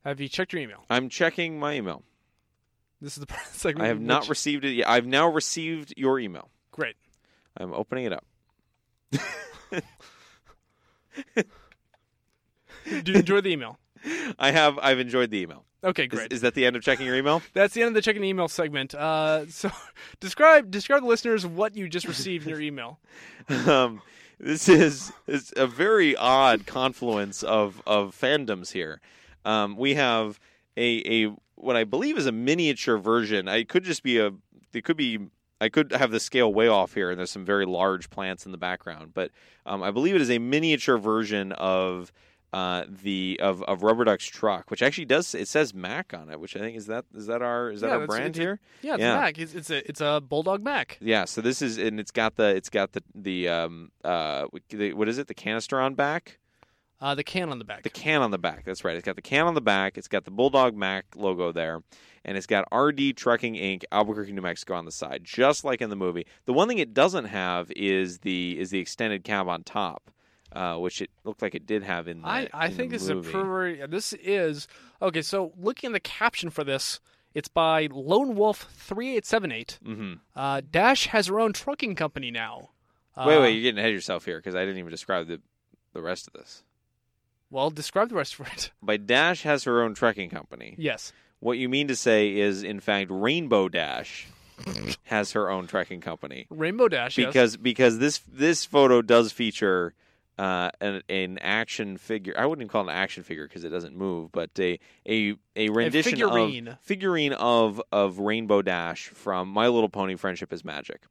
S4: Have you checked your email?
S5: I'm checking my email.
S4: This is the part of the segment.
S5: I have
S4: in
S5: not
S4: Mm-hmm. which-
S5: received it yet. I've now received your email.
S4: Great.
S5: I'm opening it up.
S4: Do you enjoy the email?
S5: I have I've enjoyed the email.
S4: Okay,
S5: Is,
S4: great.
S5: is that the end of checking your email?
S4: That's the end of the check and email segment. Uh, so describe describe the listeners what you just received in your email.
S5: um, this is is a very odd confluence of of fandoms here. Um, we have a a what I believe is a miniature version. I could just be a it could be I could have the scale way off here, and there's some very large plants in the background. But um, I believe it is a miniature version of. Uh, the of, of rubber duck's truck, which actually does it says Mac on it, which I think is that is that our is that
S4: Yeah,
S5: our
S4: that's-
S5: brand
S4: it's a-
S5: here?
S4: Yeah, it's
S5: Yeah.
S4: a Mac. It's, it's a it's a bulldog Mac.
S5: Yeah, so this is and it's got the it's got the the um uh the, what is it the canister on back
S4: Uh, the can on the back.
S5: the can on the back that's right it's got the can on the back it's got the Bulldog Mac logo there and it's got RD Trucking Inc Albuquerque New Mexico on the side just like in the movie the one thing it doesn't have is the is the extended cab on top uh, which it looked like it did have in the
S4: I, I
S5: in the
S4: think this
S5: movie.
S4: is a pretty. This is okay. So looking at the caption for this, it's by Lone Wolf three eight seven eight.
S5: Mhm.
S4: Uh, Dash has her own trucking company now. Uh,
S5: wait wait you're getting ahead of yourself here because I didn't even describe the the rest of this
S4: Well, describe the rest of it.
S5: but Dash has her own trucking company
S4: yes.
S5: What you mean to say is, in fact, Rainbow Dash has her own trekking company
S4: Rainbow Dash. yes.
S5: because because this this photo does feature uh, an an action figure. I wouldn't call it an action figure because it doesn't move, but a a a rendition
S4: figurine.
S5: of figurine of of Rainbow Dash from My Little Pony: Friendship is Magic.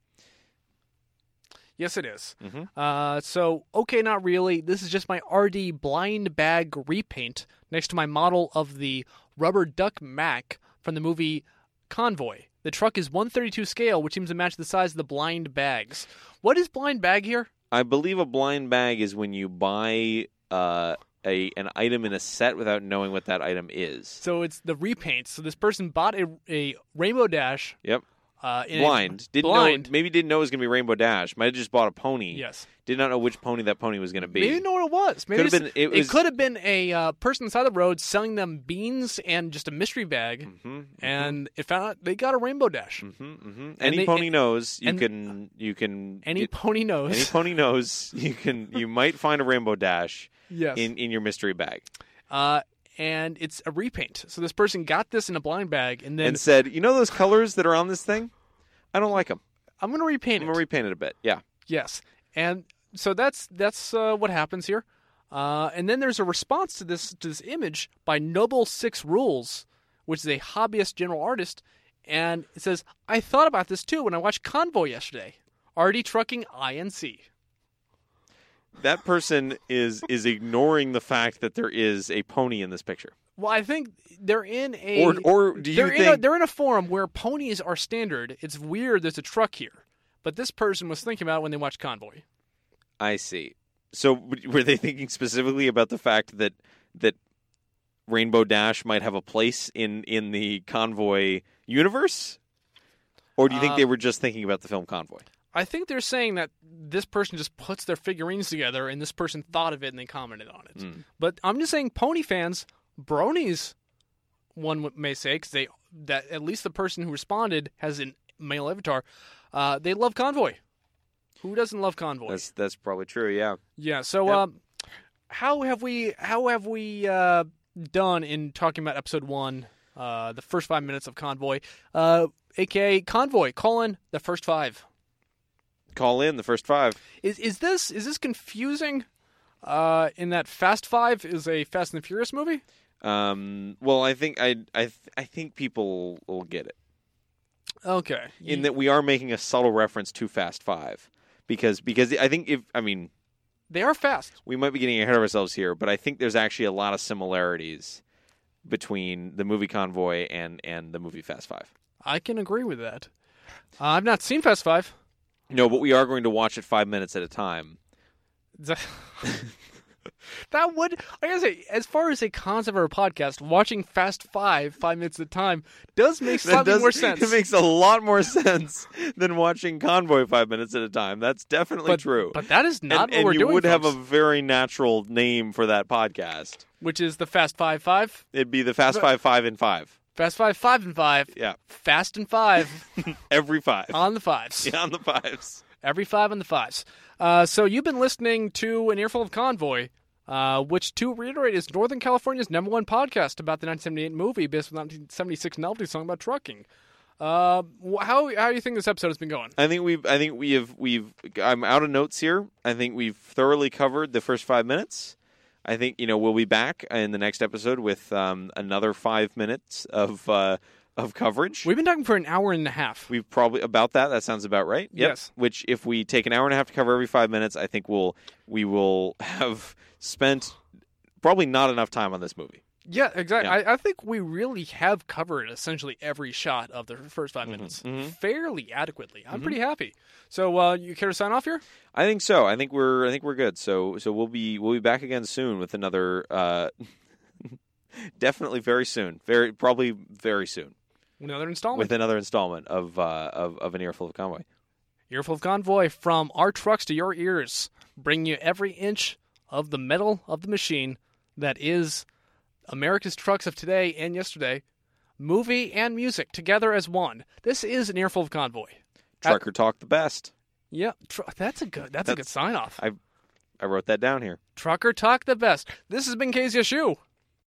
S4: Yes, it is.
S5: Mhm.
S4: Uh, so, okay, not really. This is just my RD blind bag repaint next to my model of the rubber duck Mac from the movie Convoy. The truck is 132 scale, which seems to match the size of the blind bags. What is blind bag here?
S5: I believe a blind bag is when you buy uh, a an item in a set without knowing what that item is.
S4: So it's the repaints. So this person bought a, a Rainbow Dash
S5: Yep.
S4: uh, in a-
S5: Blind. Didn't
S4: blind.
S5: know maybe didn't know it was gonna be Rainbow Dash. Might have just bought a pony.
S4: Yes.
S5: Did not know which pony that pony was gonna be.
S4: Maybe you know what it was. Maybe
S5: Could've
S4: it's-
S5: been- it was-
S4: could have been a uh, person on the side of the road selling them beans and just a mystery bag,
S5: Mm-hmm,
S4: and it found out they got a rainbow dash.
S5: hmm Any
S4: they-
S5: pony knows you
S4: and- uh,
S5: can you can
S4: Any
S5: you-
S4: pony knows.
S5: any pony knows you can you might find a Rainbow Dash
S4: yes.
S5: in, in your mystery bag.
S4: uh, and it's a repaint. So this person got this in a blind bag, and then
S5: and said, "You know those colors that are on this thing? I don't like them.
S4: I'm going to repaint
S5: I'm
S4: it.
S5: gonna repaint it a bit." Yeah.
S4: Yes, and so that's that's uh, what happens here. Uh, and then there's a response to this to this image by Noble Six Rules, which is a hobbyist general artist, and it says, "I thought about this too when I watched Convoy yesterday. RD Trucking Inc.
S5: That person is is ignoring the fact that there is a pony in this picture.
S4: Well, I think they're in a
S5: Or- or do you
S4: they're in a,
S5: think-
S4: they're in a forum where ponies are standard. It's weird. There's a truck here, but this person was thinking about it when they watched Convoy.
S5: I see. So w- were they thinking specifically about the fact that that Rainbow Dash might have a place in in the convoy universe? Or do you think they were just thinking about the film Convoy?
S4: I think they're saying that this person just puts their figurines together and this person thought of it and they commented on it.
S5: Mm.
S4: But I'm just saying, pony fans, bronies, one w- may say, because they that at least the person who responded has an male avatar. Uh, they love convoy. Who doesn't love convoy?
S5: That's that's probably true. Yeah.
S4: yeah. So,
S5: Yep.
S4: um, how have we how have we uh, done in talking about episode one? Uh, the first five minutes of convoy, uh, aka convoy, colon the first five.
S5: Call in the first five.
S4: Is is this is this confusing? Uh, in that Fast Five is a Fast and the Furious movie.
S5: Um, well, I think I I th- I think people will get it
S4: Okay.
S5: in that we are making a subtle reference to Fast Five because because I think if I mean
S4: they are fast.
S5: we might be getting ahead of ourselves here, but I think there's actually a lot of similarities between the movie Convoy and and the movie Fast Five.
S4: I can agree with that. Uh, I've not seen Fast Five.
S5: No, but we are going to watch it five minutes at a time.
S4: Th- that would I gotta say, as far as a concept or a podcast, watching Fast Five five minutes at a time does make slightly more sense.
S5: It makes a lot more sense than watching Convoy five minutes at a time. That's definitely
S4: but,
S5: true.
S4: But that is not
S5: and,
S4: what
S5: and
S4: we're
S5: you
S4: doing.
S5: would have a
S4: folks,
S5: very natural name for that podcast.
S4: which is the Fast Five Five,
S5: It'd be the Fast Five, Five, and Five.
S4: Fast Five Five and Five,
S5: Yeah,
S4: Fast and Five
S5: every five
S4: on the fives.
S5: Yeah, on the fives.
S4: Every five on the fives. Uh, so you've been listening to an earful of convoy. Uh, which to reiterate is Northern California's number one podcast about the 1978 movie based on the 1976 novelty song about trucking. Uh, wh- how how do you think this episode has been going?
S5: I think we've. I think we have. We've. I'm out of notes here. I think we've thoroughly covered the first five minutes. I think you know we'll be back in the next episode with um, another five minutes of uh, of coverage.
S4: We've been talking for an hour and a half.
S5: We've probably about that. That sounds about right. Yep.
S4: Yes.
S5: Which, if we take an hour and a half to cover every five minutes, I think we'll we will have spent probably not enough time on this movie.
S4: yeah, exactly.
S5: Yeah.
S4: I, I think we really have covered essentially every shot of the first 5 minutes fairly adequately. I'm pretty happy. So uh, you care to sign off here?
S5: I think so. I think we're I think we're good. So so we'll be we'll be back again soon with another uh definitely very soon. Very probably very soon
S4: Another installment.
S5: with another installment of uh of, of an earful of convoy.
S4: Earful of Convoy from our trucks to your ears, bringing you every inch of the metal of the machine that is America's trucks of today and yesterday, movie and music together as one. This is an Earful of Convoy.
S5: Trucker talk the best.
S4: Yeah, tr- that's a good that's, a good sign off.
S5: I wrote that down here.
S4: Trucker talk the best. This has been KZSU.